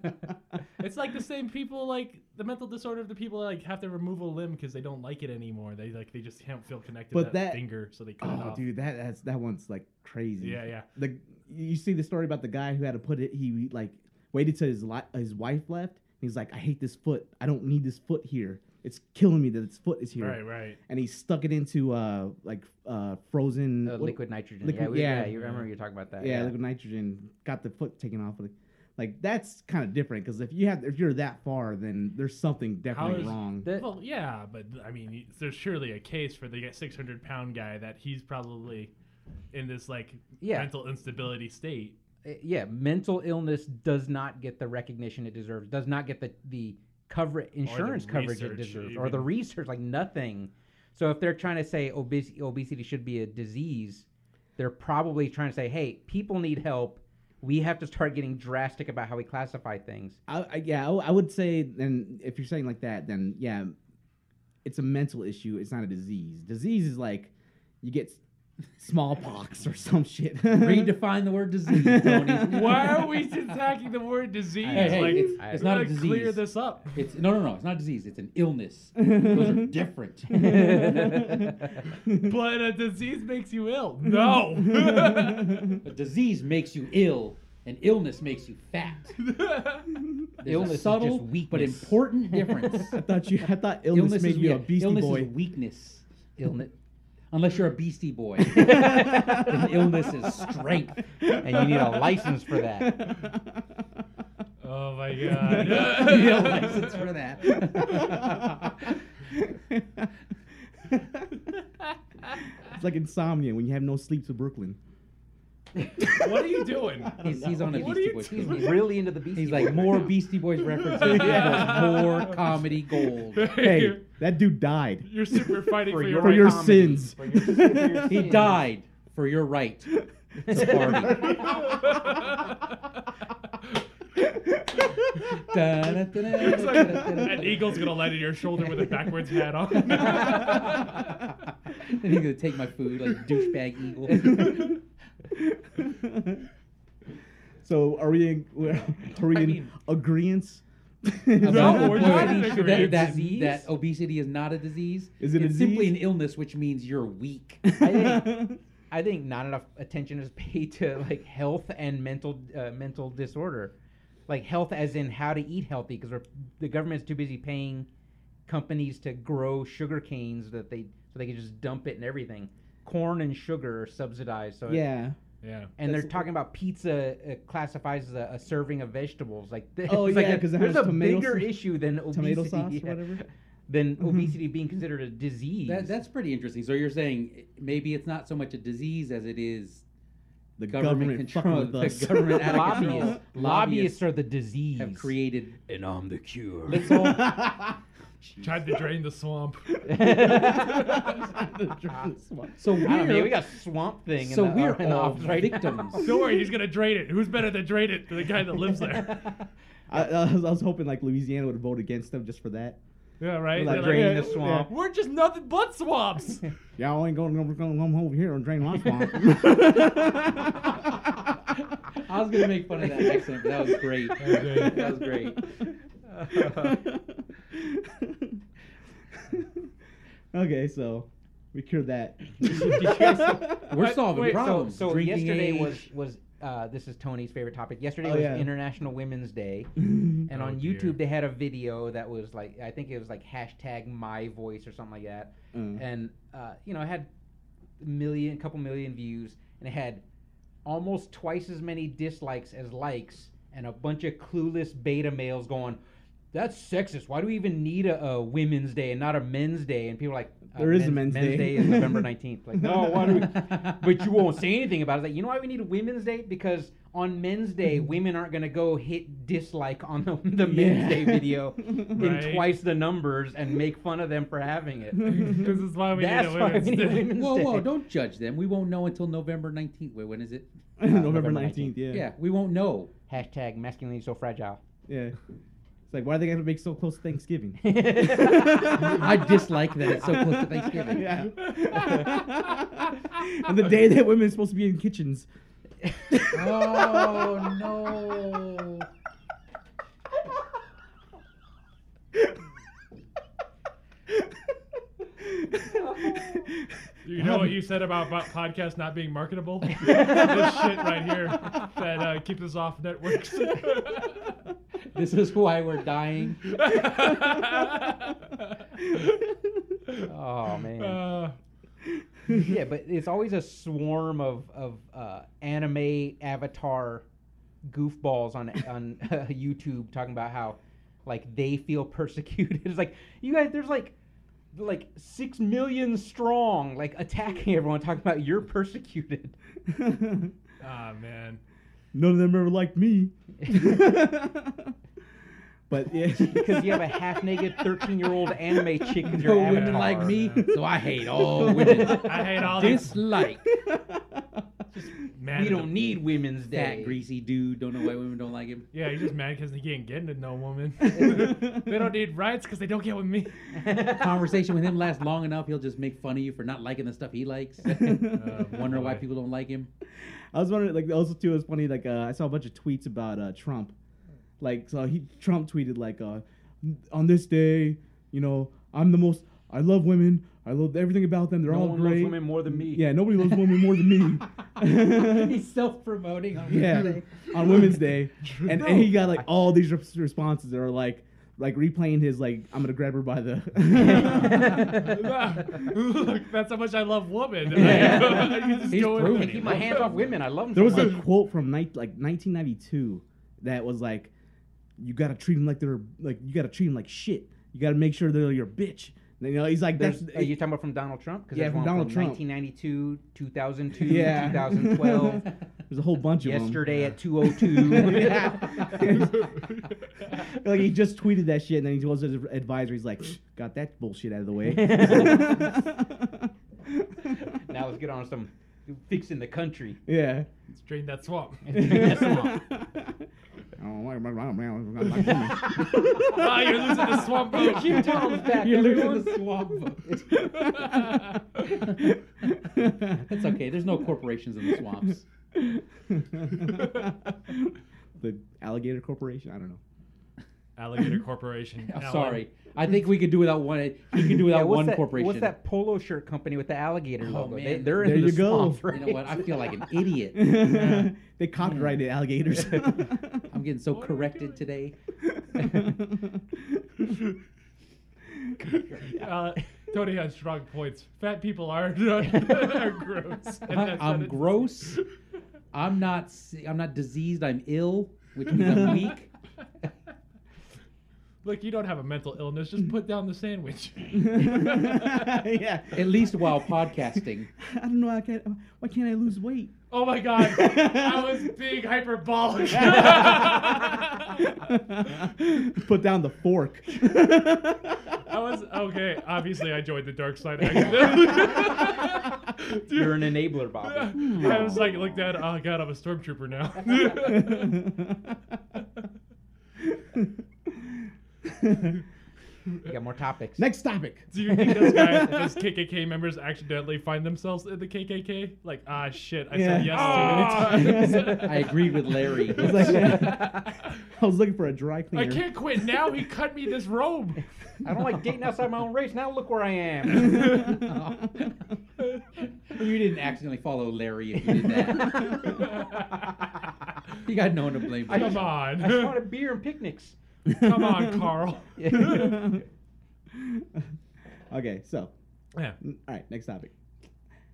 Speaker 3: It's like the same people like the mental disorder of the people that like have to remove a limb because they don't like it anymore. They like they just can't feel connected
Speaker 4: But
Speaker 3: to that,
Speaker 4: that-
Speaker 3: finger, so they cut it
Speaker 4: oh
Speaker 3: off.
Speaker 4: dude that that's, that one's like crazy
Speaker 3: Yeah, yeah.
Speaker 4: the you see the story about the guy who had to put it he like waited till his li- his wife left and he's like i hate this foot i don't need this foot here it's killing me that its foot is here.
Speaker 3: Right, right.
Speaker 4: And he stuck it into uh like uh frozen
Speaker 2: Uh,
Speaker 4: what-
Speaker 2: liquid nitrogen.
Speaker 4: liquid-
Speaker 2: yeah, we, yeah,
Speaker 4: yeah.
Speaker 2: you remember you talking about that.
Speaker 4: yeah, liquid nitrogen. Got the foot taken off of it. Like that's kind of different because if you have if you're that far, then there's something definitely
Speaker 3: is
Speaker 4: wrong.
Speaker 2: The-
Speaker 3: Well, yeah, but I mean, there's surely a case for the 600 pound guy that he's probably in this like
Speaker 2: Yeah.
Speaker 3: mental instability state.
Speaker 2: uh, yeah, mental illness does not get the recognition it deserves. Does not get the the cover insurance coverage it
Speaker 3: research
Speaker 2: deserves, or the
Speaker 3: even.
Speaker 2: research, like nothing. So if they're trying to say obesity, obesity should be a disease, they're probably trying to say, hey, people need help. We have to start getting drastic about how we classify things.
Speaker 4: I, I yeah, I, w- I would say then if you're saying like that, then yeah, it's a mental issue. It's not a disease. Disease is like you get s- smallpox or some shit.
Speaker 5: Redefine the word disease, Tony.
Speaker 3: Why are we attacking the word disease?
Speaker 5: Hey, hey,
Speaker 3: like,
Speaker 5: it's-
Speaker 2: it's
Speaker 3: we
Speaker 5: not a
Speaker 3: gotta Clear
Speaker 5: disease.
Speaker 3: this up.
Speaker 5: It's no, no, no. It's not a disease. It's an illness. Those are different.
Speaker 3: But a disease makes you ill. No.
Speaker 5: A disease makes you ill, and illness makes you fat. There's
Speaker 2: Illness
Speaker 5: a
Speaker 2: is
Speaker 5: subtle
Speaker 2: just weakness.
Speaker 5: but important difference.
Speaker 4: I thought you. I thought illness,
Speaker 5: illness
Speaker 4: made
Speaker 5: is
Speaker 4: you a
Speaker 5: weak-
Speaker 4: beastie
Speaker 5: illness
Speaker 4: boy.
Speaker 5: is weakness.
Speaker 2: Illness,
Speaker 5: Unless you're a beastie boy, then illness is strength.
Speaker 2: and you need a license for that.
Speaker 3: oh my
Speaker 5: You need a
Speaker 3: god.
Speaker 5: license for that.
Speaker 4: it's like insomnia when you have no sleep to Brooklyn.
Speaker 3: what are you doing?
Speaker 5: He's, he's on a
Speaker 3: What are
Speaker 5: Beastie
Speaker 3: you
Speaker 5: Boys.
Speaker 2: He's
Speaker 5: He's,
Speaker 2: really into the beast.
Speaker 5: he's like more Beastie Boys references,
Speaker 3: Yeah.
Speaker 5: equals more comedy gold.
Speaker 4: Hey, that dude died.
Speaker 3: You're super fighting for,
Speaker 2: For
Speaker 3: your
Speaker 2: your
Speaker 4: for
Speaker 3: right.
Speaker 4: your
Speaker 2: comedy,
Speaker 4: sins.
Speaker 2: for your- for your
Speaker 5: He
Speaker 2: sins.
Speaker 5: died for your right to party.
Speaker 3: It's like an eagle's gonna land on your shoulder with a backwards hat on.
Speaker 5: and he's gonna take my food like douchebag eagle.
Speaker 4: so are we in, we're- are we in
Speaker 2: mean-
Speaker 4: agreement?
Speaker 3: No, we're not in
Speaker 5: Obesity-
Speaker 3: agreement.
Speaker 5: That, that,
Speaker 2: Disease?
Speaker 5: that obesity is not a disease.
Speaker 4: Is it a
Speaker 5: it's simply an
Speaker 4: disease?
Speaker 5: illness, which means you're weak.
Speaker 2: I think, I think not enough attention is paid to like health and mental uh, mental disorder, like health as in how to eat healthy because the government's too busy paying companies to grow sugar canes that they so they can just dump it and everything. Corn and sugar are subsidized, so it-
Speaker 4: yeah.
Speaker 3: yeah.
Speaker 2: and they're
Speaker 4: That's-
Speaker 2: talking about pizza uh, classifies as a, a serving of vegetables. Like, th-
Speaker 4: Oh,
Speaker 2: it's like
Speaker 4: yeah,
Speaker 2: a-
Speaker 4: 'cause it
Speaker 2: there's
Speaker 4: has
Speaker 2: a
Speaker 4: tomato
Speaker 2: bigger
Speaker 4: sauce-
Speaker 2: issue than obesity,
Speaker 4: tomato sauce or
Speaker 2: yeah,
Speaker 4: whatever? Mm-hmm.
Speaker 2: than obesity being considered a disease.
Speaker 5: That, that's pretty interesting. So you're saying it- maybe it's not so much a disease as it is
Speaker 4: The government,
Speaker 5: government,
Speaker 4: fucking
Speaker 5: control.
Speaker 4: with us.
Speaker 5: The government out of control.
Speaker 2: lobbyists, lobbyists are the disease.
Speaker 5: have created.
Speaker 2: and I'm the cure.
Speaker 5: Let's all
Speaker 3: Tried to drain the swamp.
Speaker 5: So
Speaker 2: I don't know,
Speaker 5: we're-
Speaker 2: we got swamp thing.
Speaker 5: so
Speaker 2: in the,
Speaker 5: we're
Speaker 2: in the
Speaker 5: all
Speaker 2: office right
Speaker 5: victims.
Speaker 2: Now.
Speaker 3: Don't worry, he's gonna drain it. Who's better to drain it than the guy that lives there?
Speaker 4: I, I, was, I was hoping like Louisiana would vote against them just for that.
Speaker 3: Yeah, right.
Speaker 2: Like
Speaker 3: They're
Speaker 2: draining
Speaker 3: yeah,
Speaker 2: the swamp.
Speaker 3: We're just nothing but swamps.
Speaker 4: Y'all ain't going to come over here and drain my swamp.
Speaker 5: I was gonna make fun of that accent, but that was great.
Speaker 3: great.
Speaker 5: That was great.
Speaker 4: okay, so we cured that.
Speaker 5: We're
Speaker 3: But-
Speaker 5: solving
Speaker 3: wait, so-
Speaker 2: So,
Speaker 5: problems.
Speaker 2: so
Speaker 5: Drinking
Speaker 2: yesterday
Speaker 5: age.
Speaker 2: was was uh, this is Tony's favorite topic. Yesterday
Speaker 4: Oh,
Speaker 2: was
Speaker 4: yeah.
Speaker 2: International Women's Day, and
Speaker 3: Oh,
Speaker 2: on
Speaker 3: dear.
Speaker 2: YouTube they had a video that was like I think it was like hashtag My Voice or something like that.
Speaker 4: Mm.
Speaker 2: and uh, you know it had a million, couple million views, and it had almost twice as many dislikes as likes, and a bunch of clueless beta males going, "That's sexist. Why do we even need a, a women's day and not a men's day?" And people are like, uh,
Speaker 4: There is a men's day."
Speaker 2: Men's day is November nineteenth. Like, no, why do we? But you won't say anything about it. Like, you know why we need a women's day? Because on men's day, women aren't gonna go hit dislike on the, the men's
Speaker 4: Yeah.
Speaker 2: day video in
Speaker 5: Uh,
Speaker 3: Right.
Speaker 2: twice the numbers and make fun of them for having it.
Speaker 3: this is why we
Speaker 2: Mm-hmm. That's
Speaker 3: need a
Speaker 2: why we
Speaker 3: women's
Speaker 2: need
Speaker 3: day.
Speaker 2: women's
Speaker 5: Whoa, whoa!
Speaker 2: day.
Speaker 5: Don't judge them. We won't know until November nineteenth. Wait, when is it?
Speaker 4: November
Speaker 2: November
Speaker 4: nineteenth. Yeah.
Speaker 5: Yeah, we won't know.
Speaker 2: Hashtag masculinity so fragile.
Speaker 4: Yeah. It's like why are they gonna make so close to Thanksgiving?
Speaker 5: I dislike that it's so close to Thanksgiving.
Speaker 4: Yeah. and the day that women are supposed to be in kitchens.
Speaker 5: Oh no!
Speaker 3: You know what you said about, about podcasts not being marketable? this shit right here that uh, keeps us off networks.
Speaker 5: This is why we're dying.
Speaker 2: Oh man.
Speaker 3: Uh,
Speaker 2: yeah, but it's always a swarm of of uh, anime avatar goofballs on on uh, YouTube talking about how like they feel persecuted. It's like you guys, there's like like six million strong, like attacking everyone, talking about you're persecuted.
Speaker 3: ah, man.
Speaker 4: None of them ever liked me. but yeah,
Speaker 2: Because you have a half-naked 13-year-old anime chick as your
Speaker 5: No women
Speaker 2: avatar.
Speaker 5: like me,
Speaker 3: man.
Speaker 5: so I hate all women.
Speaker 3: I hate all these.
Speaker 5: Dislike
Speaker 3: Man,
Speaker 2: We don't need Women's Day.
Speaker 5: that greasy dude. Don't know why women don't like him.
Speaker 3: Yeah, he's just mad because he ain't getting to no woman. they don't need rights because they don't get with me.
Speaker 5: Conversation with him lasts long enough, he'll just make fun of you for not liking the stuff he likes.
Speaker 2: Uh,
Speaker 4: Uh,
Speaker 5: Wonder why
Speaker 3: boy.
Speaker 5: people don't like him.
Speaker 4: I was wondering, like, also too, it was funny. Like, uh, I saw a bunch of tweets about uh, Trump. Like, so he Trump tweeted like, uh, on this day, you know, I'm the most. I love women. I love everything about them. They're
Speaker 2: No
Speaker 4: all
Speaker 2: one
Speaker 4: great.
Speaker 2: loves women more than me.
Speaker 4: Yeah, nobody loves women more than me.
Speaker 5: He's self-promoting. On
Speaker 4: yeah, on Women's Day, and, and he got like all these res- responses that are like, like replaying his like, I'm gonna grab her by the.
Speaker 3: Look, that's how much I love women.
Speaker 2: Yeah.
Speaker 3: You just
Speaker 5: He's
Speaker 3: go in
Speaker 5: proven
Speaker 3: there.
Speaker 5: it.
Speaker 2: Keep my hands off women. I love them.
Speaker 4: There
Speaker 2: so
Speaker 4: was a
Speaker 2: much.
Speaker 4: quote from night like 1992 that was like, "You gotta treat them like they're like you gotta treat them like shit. You gotta make sure they're your bitch." And, you know, he's like,
Speaker 2: There's,
Speaker 4: "That's
Speaker 2: are you talking about from Donald Trump? Because
Speaker 4: Yeah, from
Speaker 2: one
Speaker 4: Donald Trump.
Speaker 2: 1992, 2002,
Speaker 4: Yeah.
Speaker 2: 2012,
Speaker 4: there's a whole bunch of
Speaker 2: yesterday at
Speaker 4: them."
Speaker 2: 202.
Speaker 4: Yeah. like he just tweeted that shit, and then he was his advisor. He's like, "Got that bullshit out of the way."
Speaker 2: now let's get on some fixing the country.
Speaker 4: yeah.
Speaker 3: Let's Drain that swamp.
Speaker 2: That's wrong.
Speaker 4: I don't like- I don't like women.
Speaker 3: ah, Oh, you're losing the swamp vote.
Speaker 2: Cue Tom's back,
Speaker 5: You're
Speaker 2: everyone.
Speaker 5: losing the swamp vote. That's
Speaker 4: That's
Speaker 5: okay. There's no corporations in the swamps.
Speaker 4: the alligator corporation. I don't know.
Speaker 3: Alligator Corporation.
Speaker 5: I'm
Speaker 3: Alan.
Speaker 5: sorry. um, I think we could do without one. He could do
Speaker 2: Yeah,
Speaker 5: without
Speaker 2: what's
Speaker 5: one
Speaker 2: that,
Speaker 5: corporation.
Speaker 2: What's that polo shirt company with the alligator
Speaker 5: Oh,
Speaker 2: logo? They,
Speaker 5: man.
Speaker 2: they're in
Speaker 4: There
Speaker 2: the
Speaker 4: you go.
Speaker 2: swamp, right?
Speaker 5: You know what? I feel like an idiot.
Speaker 4: they copyrighted alligators.
Speaker 5: I'm getting so
Speaker 3: What are we
Speaker 5: corrected
Speaker 3: doing?
Speaker 5: today.
Speaker 3: Uh, Tony has strong points. Fat people are, are gross. and that's what
Speaker 5: I'm
Speaker 3: it-
Speaker 5: gross. I'm not. si- I'm not diseased. I'm ill, which means I'm weak.
Speaker 3: Look, you don't have a mental illness. Just put down the sandwich.
Speaker 4: yeah.
Speaker 5: At least while podcasting.
Speaker 4: I don't know. I can't. Why can't I lose weight?
Speaker 3: Oh my god, I was being hyperbolic. I
Speaker 4: Put down the fork.
Speaker 3: was okay. Obviously, I joined the dark side. accidentally. Dude,
Speaker 2: You're an enabler, Bobby.
Speaker 3: I was like, looked at. Oh god, I'm a stormtrooper now.
Speaker 2: You got more topics.
Speaker 4: Next topic.
Speaker 3: Do you think those guys, those KKK members, accidentally find themselves in the KKK? Like, ah, shit, I said yes
Speaker 4: Ah!
Speaker 3: too many times.
Speaker 5: I agreed with Larry.
Speaker 4: I was, like, I was looking for a dry
Speaker 3: I
Speaker 4: cleaner.
Speaker 3: can't quit now. He cut me this robe.
Speaker 2: I don't like dating outside my own race. Now look where I am.
Speaker 5: you didn't accidentally follow Larry if you did that. You got no one to blame. for
Speaker 3: Come
Speaker 5: that.
Speaker 2: I just want a
Speaker 3: on,
Speaker 2: beer and picnics.
Speaker 3: come on, Carl.
Speaker 4: okay, so
Speaker 3: Yeah.
Speaker 4: all right, next topic.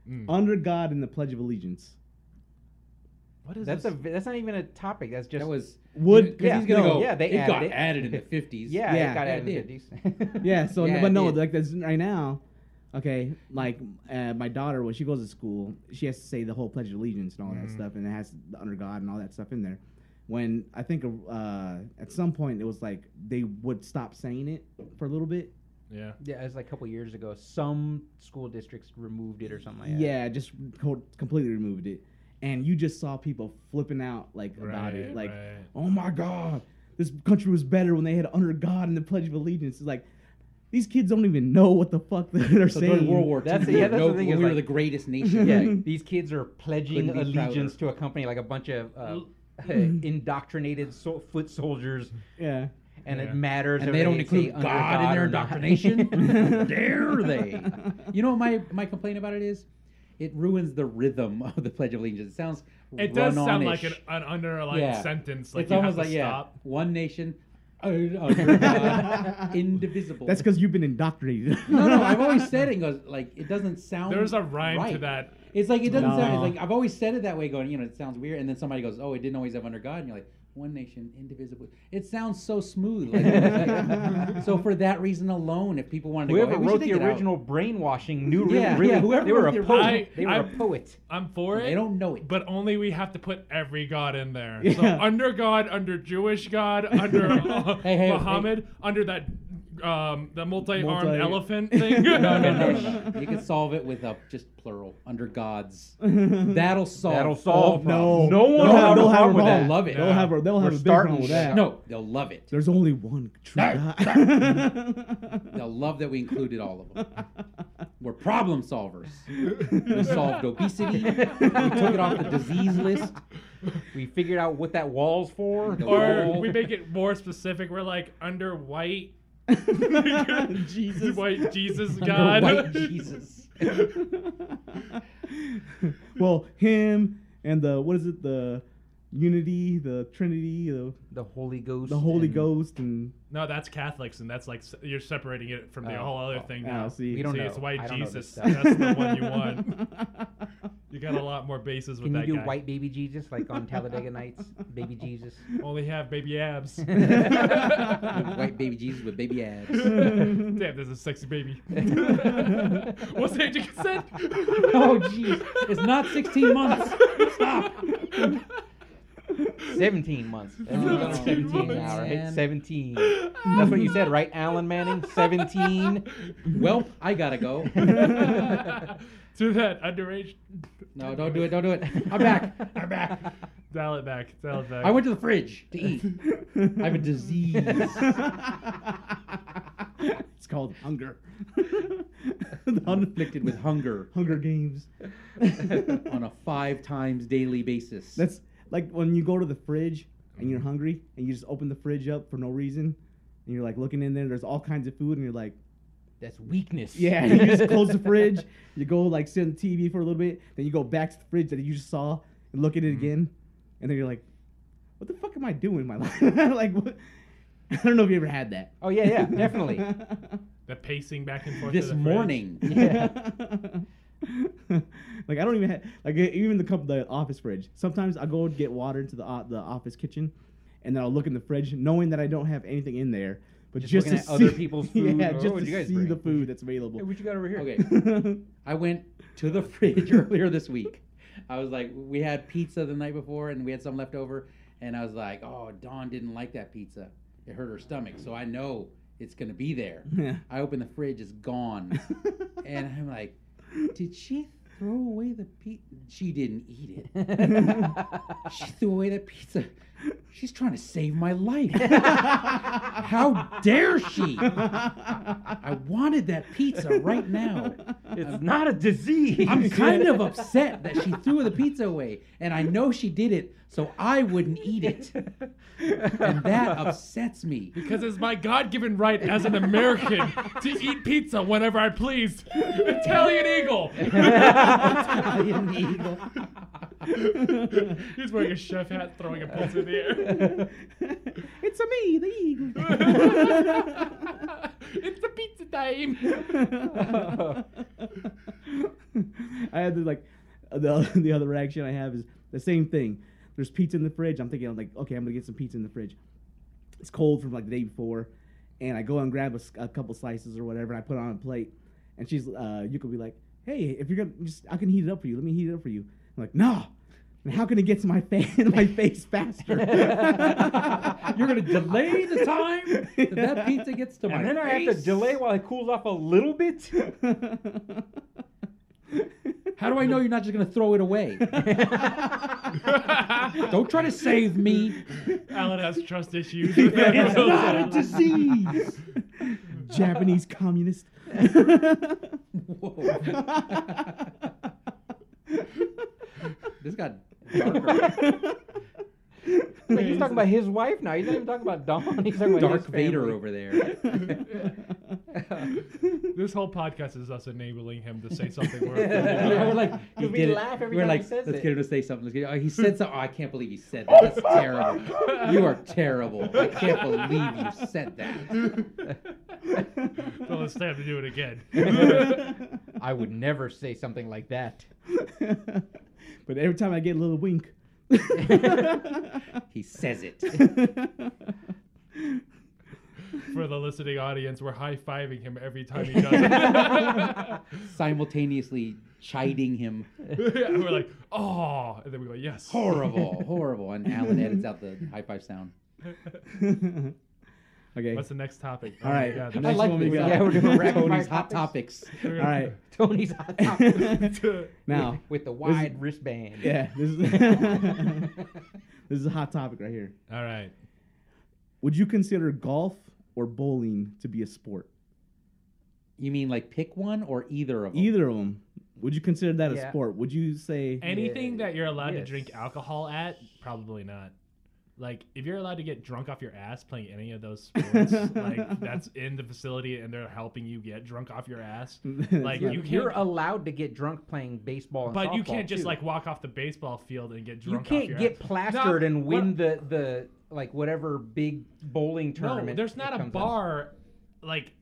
Speaker 3: Mm.
Speaker 4: Under God and the Pledge of Allegiance.
Speaker 3: What is
Speaker 2: That's a.
Speaker 3: this?
Speaker 2: That's not even a topic. That's just.
Speaker 5: That was
Speaker 4: Would-
Speaker 5: 'cause he's gonna
Speaker 2: no,
Speaker 5: go.
Speaker 2: yeah, they
Speaker 5: it
Speaker 2: added
Speaker 5: got
Speaker 2: it."
Speaker 5: added in the fifties.
Speaker 2: Yeah,
Speaker 4: Yeah,
Speaker 2: it got
Speaker 5: yeah,
Speaker 2: added
Speaker 5: it
Speaker 2: in the 50s.
Speaker 4: Yeah. So,
Speaker 5: Yeah,
Speaker 4: but no,
Speaker 5: it-
Speaker 4: like that's right now. Okay, like uh, my daughter when she goes to school, she has to say the whole Pledge of Allegiance and all that stuff, and it has the under God and all that stuff in there. When I think uh, at some point it was like they would stop saying it for a little bit.
Speaker 3: Yeah.
Speaker 2: Yeah, it was like a couple years ago. Some school districts removed it or something like that.
Speaker 4: yeah, just co- completely removed it, and you just saw people flipping out like about it,
Speaker 3: Right,
Speaker 4: like,
Speaker 3: right.
Speaker 4: oh my god, this country was better when they had under God and the Pledge of Allegiance. It's like these kids don't even know what the fuck they're
Speaker 5: So
Speaker 4: saying.
Speaker 5: during World War II,
Speaker 2: That's-
Speaker 5: we
Speaker 2: yeah,
Speaker 5: were
Speaker 2: that's
Speaker 5: no-
Speaker 2: the thing
Speaker 5: we
Speaker 2: is,
Speaker 5: were
Speaker 2: like-
Speaker 5: the greatest nation.
Speaker 2: Yeah, these kids are pledging
Speaker 5: Couldn't be
Speaker 2: allegiance to a company like a bunch of uh,
Speaker 3: L-
Speaker 2: indoctrinated so- foot soldiers,
Speaker 4: Yeah.
Speaker 2: and
Speaker 3: Yeah.
Speaker 2: it matters.
Speaker 5: and
Speaker 2: if
Speaker 5: they don't
Speaker 2: say
Speaker 5: include God,
Speaker 2: under
Speaker 5: in their
Speaker 2: or not.
Speaker 5: indoctrination. Dare they? You know what my my complaint about it is? It ruins the rhythm of the Pledge of Allegiance. It sounds
Speaker 3: It does sound like
Speaker 5: run-on-ish.
Speaker 3: an, an underlying
Speaker 5: Yeah.
Speaker 3: sentence. Like
Speaker 5: it's
Speaker 3: you
Speaker 5: almost
Speaker 3: have
Speaker 5: like
Speaker 3: to
Speaker 5: yeah,
Speaker 3: stop.
Speaker 5: one nation uh, indivisible.
Speaker 4: That's because you've been indoctrinated.
Speaker 5: No, no, I've always said it and goes like it doesn't sound.
Speaker 3: There's a rhyme to
Speaker 5: right.
Speaker 3: that.
Speaker 5: It's like it doesn't sound.
Speaker 4: No.
Speaker 5: It's like I've always said it that way, going, you know, it sounds weird, and then somebody goes, "Oh, it didn't always have under God," and you're like, "One nation, indivisible." It sounds so smooth. Like, so for that reason alone, if people wanted to
Speaker 2: Whoever
Speaker 5: go, "Hey, we should
Speaker 2: wrote
Speaker 5: take
Speaker 2: the
Speaker 5: it out,"
Speaker 2: original brainwashing knew really,
Speaker 5: Yeah,
Speaker 2: really
Speaker 5: yeah, whoever
Speaker 2: they were
Speaker 5: wrote
Speaker 2: a
Speaker 5: the
Speaker 2: poet.
Speaker 3: original-
Speaker 2: they were
Speaker 3: I-
Speaker 2: a
Speaker 3: I-
Speaker 2: poet.
Speaker 3: I'm for it.
Speaker 5: they don't know it.
Speaker 3: But only we have to put every god in there. So
Speaker 4: Yeah.
Speaker 3: under God, under Jewish God, under uh,
Speaker 5: Hey, hey,
Speaker 3: Muhammad, under that um, the multi-armed
Speaker 4: Multi-
Speaker 3: elephant thing.
Speaker 4: No,
Speaker 5: no, no, no, no, no. You could solve it with a just plural under gods. That'll solve.
Speaker 2: That'll
Speaker 5: all
Speaker 2: solve
Speaker 4: no,
Speaker 5: problems.
Speaker 2: No one
Speaker 4: they'll
Speaker 2: will have a
Speaker 4: have, they'll have
Speaker 2: problem with
Speaker 4: wrong.
Speaker 2: that.
Speaker 5: Love it.
Speaker 4: They'll
Speaker 3: Yeah.
Speaker 4: have a, they'll
Speaker 2: We're
Speaker 4: have a big
Speaker 2: starting
Speaker 4: problem with
Speaker 2: shit.
Speaker 4: that.
Speaker 5: No, they'll love it.
Speaker 4: There's only one true
Speaker 5: No.
Speaker 4: God.
Speaker 5: They'll love that we included all of them. We're problem solvers. We solved obesity. We took it off the disease list.
Speaker 2: We figured out what that wall's for.
Speaker 5: The
Speaker 3: or
Speaker 5: wall.
Speaker 3: we make it more specific. We're like under white,
Speaker 4: Jesus.
Speaker 3: white Jesus
Speaker 5: Under
Speaker 3: God.
Speaker 5: White Jesus.
Speaker 4: well, him and the what is it? The Unity, the Trinity, the,
Speaker 2: The Holy Ghost.
Speaker 4: the Holy
Speaker 2: and-
Speaker 4: Ghost, and
Speaker 3: No, that's Catholics, and that's like s- you're separating it from the
Speaker 2: Oh,
Speaker 3: whole other
Speaker 2: oh,
Speaker 3: thing
Speaker 4: oh,
Speaker 3: now.
Speaker 4: see.
Speaker 2: We don't
Speaker 3: See,
Speaker 2: know.
Speaker 3: it's white
Speaker 2: I don't know this
Speaker 3: Jesus.
Speaker 2: stuff.
Speaker 3: That's the one you want. You got a lot more bases
Speaker 2: Can
Speaker 3: with that
Speaker 2: you do
Speaker 3: guy.
Speaker 2: white baby Jesus like on Talladega Nights? Baby Jesus.
Speaker 3: Only have baby abs.
Speaker 5: White baby Jesus with baby abs.
Speaker 3: Damn, there's a sexy baby. What's the age of consent?
Speaker 5: Oh, jeez. It's not 16 months. Stop.
Speaker 2: 17 months. Everyone's on
Speaker 3: 17
Speaker 2: 17 now,
Speaker 5: months.
Speaker 2: right?
Speaker 5: Man.
Speaker 2: 17. That's what you said, right, Alan Manning? 17.
Speaker 5: Well, I gotta go.
Speaker 3: to that underage.
Speaker 5: No, don't do it. Don't do it. I'm back. I'm back.
Speaker 3: Dial it back. Dial it back.
Speaker 5: I went to the fridge to eat. I have a disease.
Speaker 4: it's called hunger. the
Speaker 5: Afflicted with hunger
Speaker 4: Hunger Games.
Speaker 5: on a five times daily basis.
Speaker 4: That's like when you go to the fridge and you're hungry and you just open the fridge up for no reason and you're like looking in there, there's all kinds of food and you're like,
Speaker 2: That's weakness.
Speaker 4: yeah, and you just close the fridge, you go like sit on the TV for a little bit, then you go back to the fridge that you just saw and look at
Speaker 2: Mm-hmm.
Speaker 4: it again, and then you're like, what the fuck am I doing in my life? like, what? I don't know if you ever had that.
Speaker 2: Oh, yeah, yeah, definitely.
Speaker 3: the pacing back and forth.
Speaker 5: this
Speaker 3: of the fridge.
Speaker 5: morning.
Speaker 2: Yeah.
Speaker 4: like I don't even have like e- even the cup the office fridge. Sometimes I go and get water into the o the office kitchen, and then I'll look in the fridge, knowing that I don't have anything in there, but
Speaker 2: Just
Speaker 4: just,
Speaker 2: looking
Speaker 4: to
Speaker 2: at other
Speaker 4: see-
Speaker 2: people's
Speaker 4: Yeah,
Speaker 2: food. Oh,
Speaker 4: just
Speaker 2: what'd
Speaker 4: to
Speaker 2: you guys
Speaker 4: see
Speaker 2: bring?
Speaker 4: the food that's
Speaker 2: Hey,
Speaker 4: available.
Speaker 2: what you got over here?
Speaker 5: Okay. I went to the fridge earlier this week. I was like, we had pizza the night before and we had some left over. And I was like, oh, Dawn didn't like that pizza. It hurt her stomach. So I know it's going to be there.
Speaker 4: yeah.
Speaker 5: I open the fridge, it's gone. and I'm like, did she throw away the pizza? She didn't eat it. She threw away that pizza. She's trying to save my life. How dare she? I wanted that pizza right now.
Speaker 2: It's not a disease.
Speaker 5: I'm kind of upset that she threw the pizza away, and I know she did it so I wouldn't eat it, and that upsets me.
Speaker 3: Because it's my God given right as an American to eat pizza whenever I please. Italian Eagle!
Speaker 5: Italian eagle.
Speaker 3: He's wearing a chef hat, throwing a pulse in the air.
Speaker 4: it's a me, the eagle.
Speaker 3: it's the pizza time!
Speaker 4: I had to like the other- the other reaction I have is the same thing. There's pizza in the fridge. I'm thinking I'm like, okay, I'm gonna get some pizza in the fridge. It's cold from like the day before, and I go and grab a, s- a couple slices or whatever, and I put it on a plate. And she's, uh, you could be like, hey, if you're gonna, just I can heat it up for you. Let me heat it up for you. I'm like, no. And how can it get to my fa- my face faster?
Speaker 5: You're gonna delay the time that that pizza gets to my
Speaker 2: and then I have to
Speaker 5: face?
Speaker 2: delay while it cools off a little bit.
Speaker 5: How do I know you're not just gonna throw it away? Don't try to save me.
Speaker 3: Alan has trust issues.
Speaker 4: it's not a disease. Japanese communist.
Speaker 5: Whoa, this got darker.
Speaker 2: like, he's talking about his wife now. He's not even talking about Dawn. He's talking about
Speaker 5: Darth
Speaker 2: his family.
Speaker 5: Vader over there.
Speaker 3: This whole podcast is us enabling him to say something.
Speaker 5: Yeah,
Speaker 3: We're
Speaker 5: we're like, he
Speaker 2: we
Speaker 5: did it.
Speaker 2: laugh every
Speaker 5: we're
Speaker 2: time he
Speaker 5: like,
Speaker 2: says
Speaker 5: let's
Speaker 2: it.
Speaker 5: get him to say something. Let's get him. Oh, he said something. Oh, I can't believe he said that. That's terrible. You are terrible. I can't believe you said that.
Speaker 3: Don't let Stan do it again.
Speaker 2: I would never say something like that.
Speaker 4: but every time I get a little wink.
Speaker 5: He says it.
Speaker 3: For the listening audience, we're high fiving him every time he does it.
Speaker 5: Simultaneously chiding him.
Speaker 3: Yeah, we're like, oh, and then we go, yes.
Speaker 5: Horrible, horrible. And Alan edits out the high five sound.
Speaker 4: okay.
Speaker 3: What's the next topic?
Speaker 4: All right.
Speaker 3: yeah,
Speaker 4: I
Speaker 3: the
Speaker 4: like one we
Speaker 5: this.
Speaker 4: got.
Speaker 5: Yeah, we're doing
Speaker 2: Rapid fire
Speaker 5: Tony's hot topics.
Speaker 4: All right.
Speaker 2: Tony's hot topic
Speaker 4: now,
Speaker 2: with the wide wristband.
Speaker 4: yeah, this is this is a hot topic right here.
Speaker 3: All right.
Speaker 4: Would you consider golf or bowling to be a sport?
Speaker 5: You mean like pick one or either of them?
Speaker 4: Either of them. Would you consider that a
Speaker 2: Yeah.
Speaker 4: sport? Would you say
Speaker 3: Anything that you're allowed
Speaker 2: Yes.
Speaker 3: to drink alcohol at, probably not. Like, if you're allowed to get drunk off your ass playing any of those sports, like that's in the facility and they're helping you get drunk off your ass, like
Speaker 2: Yeah,
Speaker 3: you
Speaker 2: you're
Speaker 3: can't.
Speaker 2: allowed to get drunk playing baseball, and
Speaker 3: But you
Speaker 2: softball,
Speaker 3: can't just
Speaker 2: too.
Speaker 3: like walk off the baseball field and get
Speaker 2: you
Speaker 3: drunk. off
Speaker 2: can't
Speaker 3: your
Speaker 2: get
Speaker 3: ass.
Speaker 2: plastered
Speaker 3: No,
Speaker 2: and
Speaker 3: what-
Speaker 2: win the the like whatever big bowling tournament.
Speaker 3: No, there's not
Speaker 2: it
Speaker 3: a
Speaker 2: comes in.
Speaker 3: bar like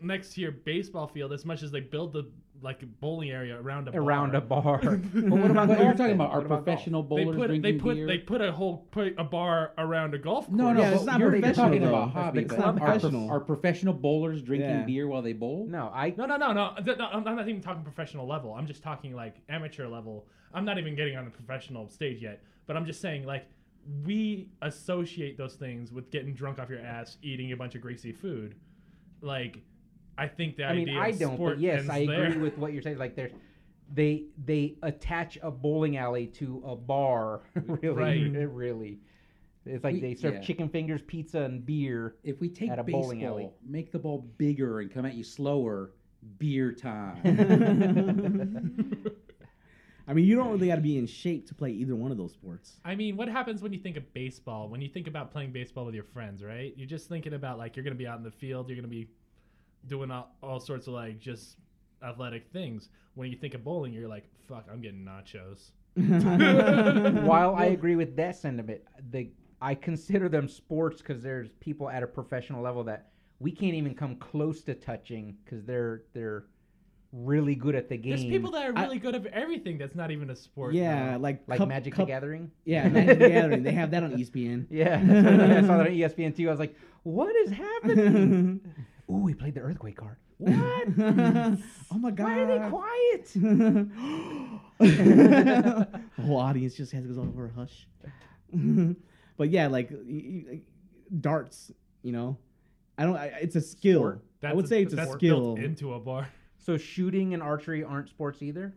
Speaker 3: next to your baseball field as much as they build the like bowling area around a bar.
Speaker 2: around a bar.
Speaker 5: But what about what you're
Speaker 2: golf
Speaker 5: talking
Speaker 2: then?
Speaker 5: about? Are
Speaker 2: What about golf?
Speaker 5: professional
Speaker 3: They
Speaker 5: bowlers
Speaker 3: put they
Speaker 5: drinking
Speaker 3: put
Speaker 5: beer?
Speaker 3: they put a whole put a bar around a golf course.
Speaker 5: No, no,
Speaker 4: Yeah, it's
Speaker 5: but
Speaker 4: not
Speaker 5: you're, you're
Speaker 4: professional,
Speaker 5: talking
Speaker 4: though.
Speaker 5: about hobby.
Speaker 4: It's
Speaker 5: but
Speaker 4: not
Speaker 5: are prof-
Speaker 4: professional.
Speaker 5: Are, professional bowlers drinking
Speaker 4: Yeah.
Speaker 5: beer while they bowl?
Speaker 2: No, I
Speaker 3: No, no, no, no. Th- no, I'm I'm not even talking professional level. I'm just talking like amateur level. I'm not even getting on the professional stage yet. But I'm just saying like we associate those things with getting drunk off your ass, eating a bunch of greasy food. Like, I think the
Speaker 2: I mean
Speaker 3: idea
Speaker 2: I
Speaker 3: of
Speaker 2: don't.
Speaker 3: sport
Speaker 2: But yes,
Speaker 3: ends
Speaker 2: I agree
Speaker 3: there.
Speaker 2: with what you're saying. Like there's they they attach a bowling alley to a bar. really,
Speaker 4: mm-hmm.
Speaker 3: Right.
Speaker 2: really. It's like
Speaker 5: We-
Speaker 2: they serve
Speaker 5: yeah.
Speaker 2: chicken fingers, pizza, and beer.
Speaker 5: If we take
Speaker 2: At a
Speaker 5: baseball,
Speaker 2: bowling alley.
Speaker 5: make the ball bigger and come at you slower, beer time.
Speaker 4: I mean, you don't really got to be in shape to play either one of those sports.
Speaker 3: I mean, what happens when you think of baseball? When you think about playing baseball with your friends, right? You're just thinking about like you're gonna be out in the field, you're gonna be doing all, all sorts of like just athletic things. When you think of bowling, you're like, "Fuck, I'm getting nachos."
Speaker 2: While I agree with that sentiment, the I consider them sports because there's people at a professional level that we can't even come close to touching because they're they're really good at the game.
Speaker 3: There's people that are really good at everything that's not even a sport.
Speaker 4: yeah,
Speaker 3: though.
Speaker 4: like
Speaker 2: like
Speaker 4: cup-
Speaker 2: Magic
Speaker 4: cup-
Speaker 2: the Gathering.
Speaker 4: Yeah, Magic the Gathering. They have that on E ESPN.
Speaker 2: Yeah, that's what I, mean. I saw that on E ESPN too. I was like, "What is happening?" Ooh, we played the earthquake card. What?
Speaker 4: oh my god!
Speaker 2: Why are they quiet?
Speaker 4: the whole audience just has goes over a hush. but yeah, like y- y- like, darts, you know, I don't. I, it's a skill.
Speaker 2: Sport.
Speaker 3: That's
Speaker 4: I would say it's a
Speaker 3: that's
Speaker 4: skill.
Speaker 3: built into a bar.
Speaker 2: So shooting and archery aren't sports either.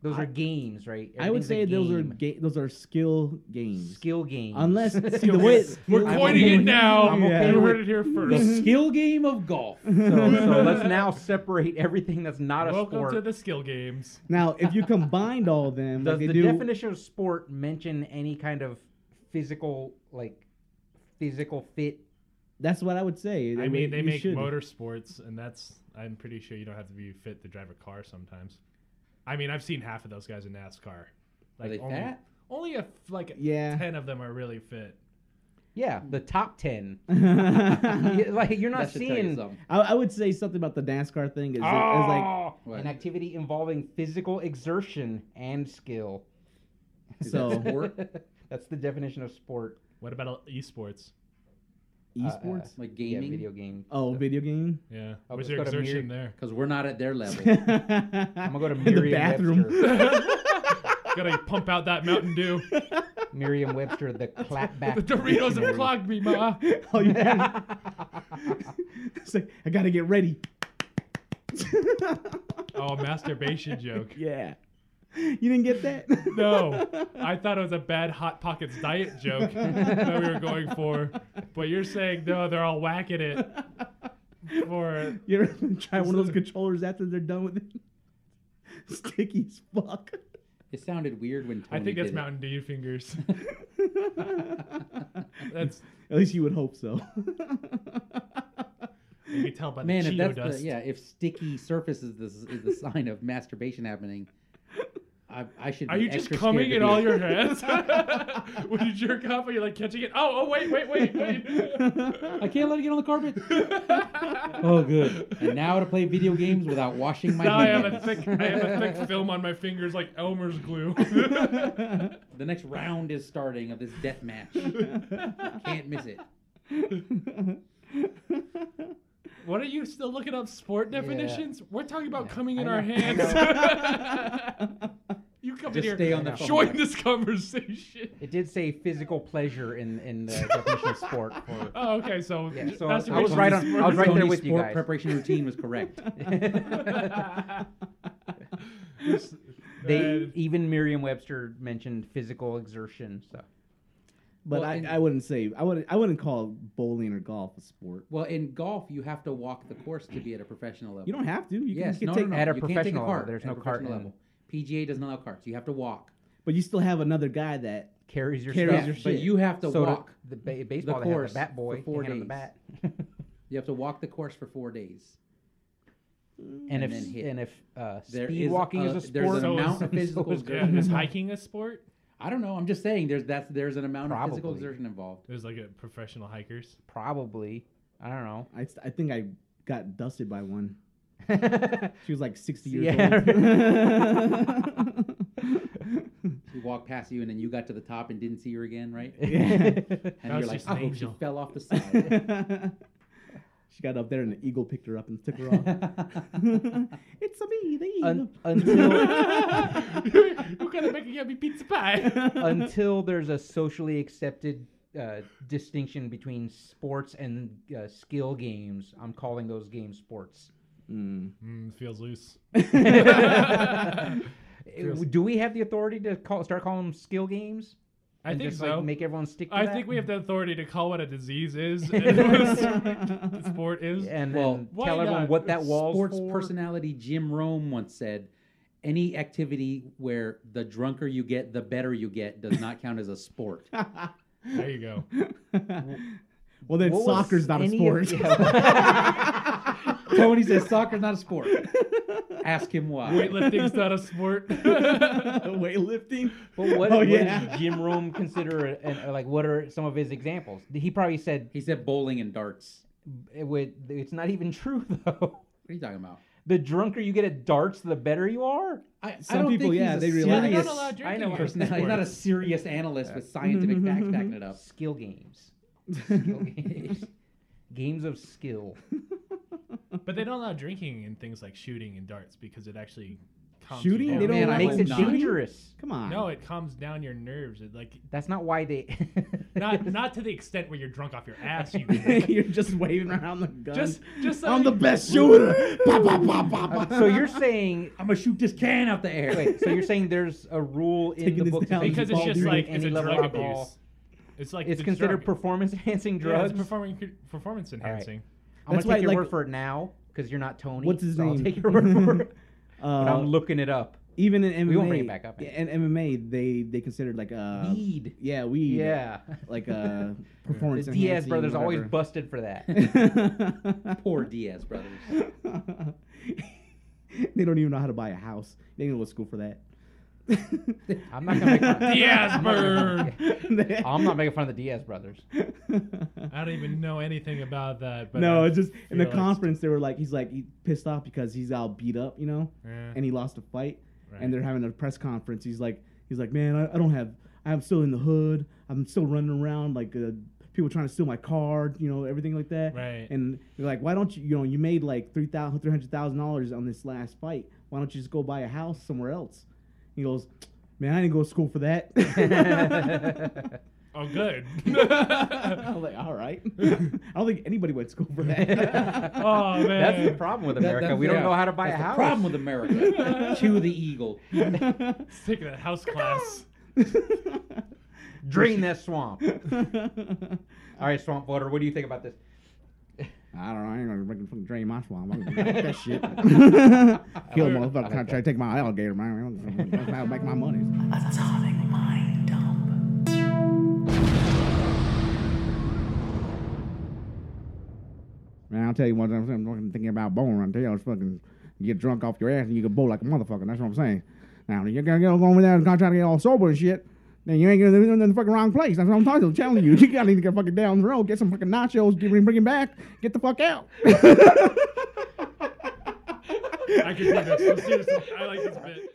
Speaker 2: Those
Speaker 4: I-
Speaker 2: are games, right?
Speaker 4: I would
Speaker 2: Everything's a
Speaker 4: say those are
Speaker 2: game.
Speaker 4: ga- those are skill games.
Speaker 2: skill games.
Speaker 4: Unless see, the way
Speaker 3: We're
Speaker 4: I'm
Speaker 3: coining
Speaker 4: okay
Speaker 3: it
Speaker 4: with-
Speaker 3: now.
Speaker 4: I'm okay
Speaker 3: You
Speaker 4: with-
Speaker 3: heard it here
Speaker 5: the
Speaker 3: first.
Speaker 5: skill game of golf.
Speaker 2: So, so let's now separate everything that's not a
Speaker 3: Welcome
Speaker 2: sport.
Speaker 3: to the skill games.
Speaker 4: Now, if you combined all of them,
Speaker 2: Does
Speaker 4: like they
Speaker 2: the
Speaker 4: do,
Speaker 2: definition of sport mention any kind of physical, like physical fit?
Speaker 4: that's what I would say.
Speaker 3: I mean,
Speaker 4: would-
Speaker 3: they
Speaker 4: you
Speaker 3: make
Speaker 4: should.
Speaker 3: motorsports, and that's. I'm pretty sure you don't have to be fit to drive a car sometimes. I mean, I've seen half of those guys in NASCAR.
Speaker 5: Are they
Speaker 3: only,
Speaker 5: fat?
Speaker 3: Only a f like
Speaker 4: Yeah.
Speaker 3: ten of them are really fit.
Speaker 2: Yeah, the top ten.
Speaker 4: I,
Speaker 2: Yeah, like you're not
Speaker 5: That should tell you
Speaker 2: seeing
Speaker 5: something.
Speaker 4: I would say something about the NASCAR thing is, is
Speaker 3: Ah!
Speaker 4: like
Speaker 2: Oh,
Speaker 5: What?
Speaker 2: an activity involving physical exertion and skill.
Speaker 5: Is that
Speaker 4: so
Speaker 5: sport?
Speaker 2: that's the definition of sport.
Speaker 3: What about uh, esports?
Speaker 4: esports.
Speaker 5: like
Speaker 2: Yeah,
Speaker 5: gaming?
Speaker 2: video game.
Speaker 4: oh, video game.
Speaker 3: Yeah,
Speaker 2: Oh, let's
Speaker 3: what's your
Speaker 2: go to Mir-
Speaker 3: exertion there?
Speaker 5: Because we're not at their level.
Speaker 4: I'm
Speaker 2: I'm gonna go to
Speaker 4: In the bathroom.
Speaker 2: Merriam-Webster.
Speaker 3: Gotta pump out that Mountain Dew.
Speaker 2: Merriam-Webster, the clapback.
Speaker 3: the Doritos
Speaker 2: dictionary.
Speaker 3: have clogged me, ma.
Speaker 4: oh, you gotta, it's like I gotta get ready.
Speaker 3: Oh, a masturbation joke.
Speaker 4: yeah, you didn't get that.
Speaker 3: No, I thought it was a bad Hot Pockets diet joke that we were going for, but you're saying no, they're all whacking it for
Speaker 4: You ever try one of those controllers after they're done with it? Sticky as fuck.
Speaker 5: it sounded weird when Tony
Speaker 3: I think that's
Speaker 5: did it.
Speaker 3: Mountain Dew fingers. That's
Speaker 4: At least you would hope so.
Speaker 3: you can tell by the
Speaker 5: Man, if
Speaker 3: Cheeto
Speaker 5: that's
Speaker 3: dust.
Speaker 5: the, yeah, if sticky surface is the, is the sign of masturbation happening, I, I should.
Speaker 3: Are
Speaker 5: be
Speaker 3: you just
Speaker 5: extra
Speaker 3: coming
Speaker 5: scared
Speaker 3: in
Speaker 5: to be-
Speaker 3: all your hands? when you jerk off, are you like catching it? Oh, oh, wait, wait, wait, wait.
Speaker 5: I can't let it get on the carpet. oh, good. And now to play video games without washing my
Speaker 3: now I have a
Speaker 5: hands.
Speaker 3: thick, I have a thick film on my fingers like Elmer's glue.
Speaker 5: The next round is starting of this death match. Can't miss it.
Speaker 3: what are you still looking up sport definitions? We're talking about coming in
Speaker 2: I
Speaker 3: our
Speaker 2: know.
Speaker 3: hands. you come in
Speaker 5: Just
Speaker 3: here,
Speaker 5: stay on the phone.
Speaker 3: join this conversation.
Speaker 2: It did say physical pleasure in in the definition of sport. For,
Speaker 3: Oh, okay, so,
Speaker 2: Yeah, so I- I was
Speaker 3: masturbation
Speaker 2: right
Speaker 3: is
Speaker 2: on-
Speaker 3: sport.
Speaker 2: I was right there
Speaker 5: Tony's
Speaker 2: with you
Speaker 5: sport
Speaker 2: guys.
Speaker 5: preparation routine was correct.
Speaker 2: they
Speaker 3: Uh,
Speaker 2: even Merriam-Webster mentioned physical exertion. So
Speaker 4: but
Speaker 5: Well,
Speaker 4: I,
Speaker 5: and-
Speaker 4: I wouldn't say I wouldn't I wouldn't call bowling or golf a sport.
Speaker 5: Well, in golf, you have to walk the course to be at a professional level.
Speaker 4: You don't have to. You can,
Speaker 5: yes,
Speaker 4: you can
Speaker 5: no,
Speaker 4: take
Speaker 5: no, no,
Speaker 2: at a
Speaker 5: you can't take
Speaker 2: professional level.
Speaker 5: cart
Speaker 2: There's
Speaker 5: at
Speaker 2: no
Speaker 5: a
Speaker 2: cart
Speaker 5: professional
Speaker 2: in.
Speaker 5: level. PGA doesn't allow carts. You have to walk.
Speaker 4: but you still have another guy that
Speaker 2: carries your
Speaker 4: Carries
Speaker 2: stuff.
Speaker 4: your
Speaker 5: but
Speaker 4: shit.
Speaker 5: you have to
Speaker 2: so to-
Speaker 5: walk.
Speaker 2: the ba- baseball.
Speaker 5: the
Speaker 2: they have
Speaker 5: course
Speaker 2: the bat
Speaker 5: for
Speaker 2: boy.
Speaker 5: four
Speaker 2: they hand him
Speaker 5: days.
Speaker 2: the bat.
Speaker 5: You have to walk the course for four days.
Speaker 2: and,
Speaker 5: and
Speaker 2: if
Speaker 5: then hit.
Speaker 2: and if uh,
Speaker 5: There
Speaker 2: speed
Speaker 5: is
Speaker 2: walking
Speaker 5: a-
Speaker 2: is a
Speaker 5: there's
Speaker 2: sport,
Speaker 5: an amount of
Speaker 2: so is
Speaker 5: physical
Speaker 2: golf.
Speaker 3: yeah, is hiking a sport?
Speaker 5: I don't know. I'm just saying there's that's there's an amount of physical
Speaker 2: Probably.
Speaker 5: exertion involved.
Speaker 3: There's like a professional hikers.
Speaker 2: probably. I don't know.
Speaker 4: I, I think I got dusted by one. She was like 60 years
Speaker 2: Yeah.
Speaker 4: old.
Speaker 5: She walked past you and then you got to the top and didn't see her again, right? And
Speaker 3: That was
Speaker 5: you're like,
Speaker 3: just
Speaker 5: oh,
Speaker 3: an angel."
Speaker 5: she fell off the side.
Speaker 4: she got up there and the eagle picked her up and took her off. it's a me, the eagle.
Speaker 2: Un- until
Speaker 3: You're gonna make me pizza pie.
Speaker 2: until there's a socially accepted uh, distinction between sports and uh, skill games, I'm calling those games sports.
Speaker 4: Mm.
Speaker 3: Mm, feels loose. Feels-
Speaker 2: Do we have the authority to call, start calling them skill games?
Speaker 3: I
Speaker 2: And
Speaker 3: think
Speaker 2: just,
Speaker 3: so.
Speaker 2: Like, make everyone stick. To
Speaker 3: I
Speaker 2: that?
Speaker 3: think we have the authority to call what a disease is and what a sport- sport is.
Speaker 2: and,
Speaker 5: Well,
Speaker 2: and
Speaker 3: why
Speaker 2: tell everyone
Speaker 3: not?
Speaker 2: what that wall's
Speaker 5: Sports
Speaker 2: for.
Speaker 5: personality Jim Rome once said, any activity where the drunker you get, the better you get does not count as a sport.
Speaker 3: There you go.
Speaker 4: well, then
Speaker 2: What was
Speaker 4: soccer's not a
Speaker 2: any
Speaker 4: sport.
Speaker 2: of- yeah.
Speaker 5: Tony says soccer's not a sport. Ask him why.
Speaker 3: Weightlifting's not a sport.
Speaker 4: Weightlifting.
Speaker 2: But what,
Speaker 4: Oh,
Speaker 2: what
Speaker 4: yeah.
Speaker 2: does Jim Rome consider, a- and uh, like, what are some of his examples? He probably said
Speaker 5: He said bowling and darts.
Speaker 2: it would, eh, it's not even true though.
Speaker 5: What are you talking about?
Speaker 2: The drunker you get at darts, the better you are.
Speaker 5: I,
Speaker 4: Some
Speaker 5: I don't
Speaker 4: people,
Speaker 5: think
Speaker 4: yeah,
Speaker 5: he's
Speaker 4: they
Speaker 5: a
Speaker 4: relax.
Speaker 5: serious
Speaker 3: Not allowed
Speaker 2: I
Speaker 3: drinking
Speaker 2: know
Speaker 3: in
Speaker 5: personality. He's not a
Speaker 3: sports.
Speaker 5: serious analyst with scientific facts backing it up.
Speaker 2: Skill games. Skill games. games of skill.
Speaker 3: But they don't allow drinking in things like shooting and darts because it actually calms you
Speaker 4: Shooting?
Speaker 2: Oh,
Speaker 3: down.
Speaker 4: They don't
Speaker 5: Man,
Speaker 4: allow
Speaker 5: I
Speaker 2: makes
Speaker 5: hope
Speaker 2: it
Speaker 5: not.
Speaker 2: dangerous.
Speaker 4: Come on.
Speaker 3: No, it calms down your nerves. It like
Speaker 2: That's not why they.
Speaker 3: not not to the extent where you're drunk off your ass. You
Speaker 4: You're just waving around the gun.
Speaker 3: just just so
Speaker 4: I'm the
Speaker 3: you-
Speaker 4: best shooter. Bah, bah, bah, bah, bah.
Speaker 2: so you're saying.
Speaker 5: I'm gonna shoot this can out the air.
Speaker 2: Wait, so you're saying there's a rule in
Speaker 4: Taking
Speaker 2: the
Speaker 4: this
Speaker 2: book
Speaker 4: down.
Speaker 3: because it's
Speaker 4: Ball
Speaker 3: just
Speaker 4: duty,
Speaker 3: like it's
Speaker 2: any
Speaker 3: a
Speaker 2: level
Speaker 3: drug
Speaker 2: of alcohol.
Speaker 3: abuse. It's like
Speaker 2: It's
Speaker 3: the
Speaker 2: considered
Speaker 3: drug.
Speaker 2: performance enhancing
Speaker 3: Yeah,
Speaker 2: drugs.
Speaker 3: it's performing performance enhancing.
Speaker 2: I'm gonna
Speaker 4: That's
Speaker 2: take
Speaker 4: why,
Speaker 2: your
Speaker 4: like-
Speaker 2: word for it now because you're not Tony.
Speaker 4: What's his
Speaker 2: so
Speaker 4: name?
Speaker 2: I'll take your word for it. But
Speaker 4: Uh,
Speaker 2: I'm looking it up.
Speaker 4: even in MMA,
Speaker 2: We won't bring it back up,
Speaker 4: Yeah, in MMA, they they considered like uh,
Speaker 2: Weed.
Speaker 4: Yeah, weed.
Speaker 2: Yeah.
Speaker 4: like uh,
Speaker 2: The
Speaker 4: performance.
Speaker 2: Diaz brothers always
Speaker 4: enhancing,
Speaker 2: busted for that.
Speaker 4: whatever.
Speaker 5: Poor Diaz brothers.
Speaker 4: they don't even know how to buy a house. They didn't go to school for that.
Speaker 2: I'm not gonna make fun.
Speaker 3: Diaz burn.
Speaker 2: I'm not making fun of the Diaz brothers.
Speaker 3: I don't even know anything about that. But
Speaker 4: no,
Speaker 3: I
Speaker 4: it's just in the
Speaker 3: feel like-
Speaker 4: conference they were like, he's like he pissed off because he's all beat up, you know,
Speaker 3: Yeah,
Speaker 4: and he lost a fight,
Speaker 3: right.
Speaker 4: and they're having a press conference. He's like, he's like, man, I, I don't have, I'm still in the hood, I'm still running around like uh, people trying to steal my card, you know, everything like that.
Speaker 3: Right.
Speaker 4: And they're like, why don't you, you know, you made like three thousand, three hundred thousand dollars on this last fight. Why don't you just go buy a house somewhere else? He goes, man, I didn't go to school for that.
Speaker 3: oh, good.
Speaker 4: I'm like, all right. I don't think anybody went to school for that.
Speaker 3: oh man,
Speaker 2: That's the problem with
Speaker 5: That-
Speaker 2: America.
Speaker 5: that's-
Speaker 2: we don't
Speaker 5: yeah,
Speaker 2: know how to buy
Speaker 5: that's
Speaker 2: a house.
Speaker 5: The problem with America. Cue the eagle.
Speaker 3: Let's take that house class.
Speaker 2: Drain that swamp.
Speaker 3: Oh.
Speaker 4: I
Speaker 2: All right, swamp water. What do you think about this?
Speaker 4: don't know. I ain't gonna fucking fucking drain my swamp. I'm gonna fuck that shit. Kill a
Speaker 3: I
Speaker 4: motherfucker
Speaker 2: like
Speaker 4: trying to take my alligator, man. I'll make my money.
Speaker 6: Atomic Mind Dump.
Speaker 4: Man, I'll tell you what, I'm, I'm fucking thinking about bowling. I'll tell you, I was fucking you get drunk off your ass and you can bowl like a motherfucker. That's what I'm saying. Now, you're gonna go over there and try to get all sober and shit. Then you ain't gonna do it in the fucking wrong place. That's what I'm talking about. Telling you, you gotta need to get fucking down the road, get some fucking nachos, get bring it back, get the fuck out.
Speaker 3: I could do this. Let's do this. I like this bit.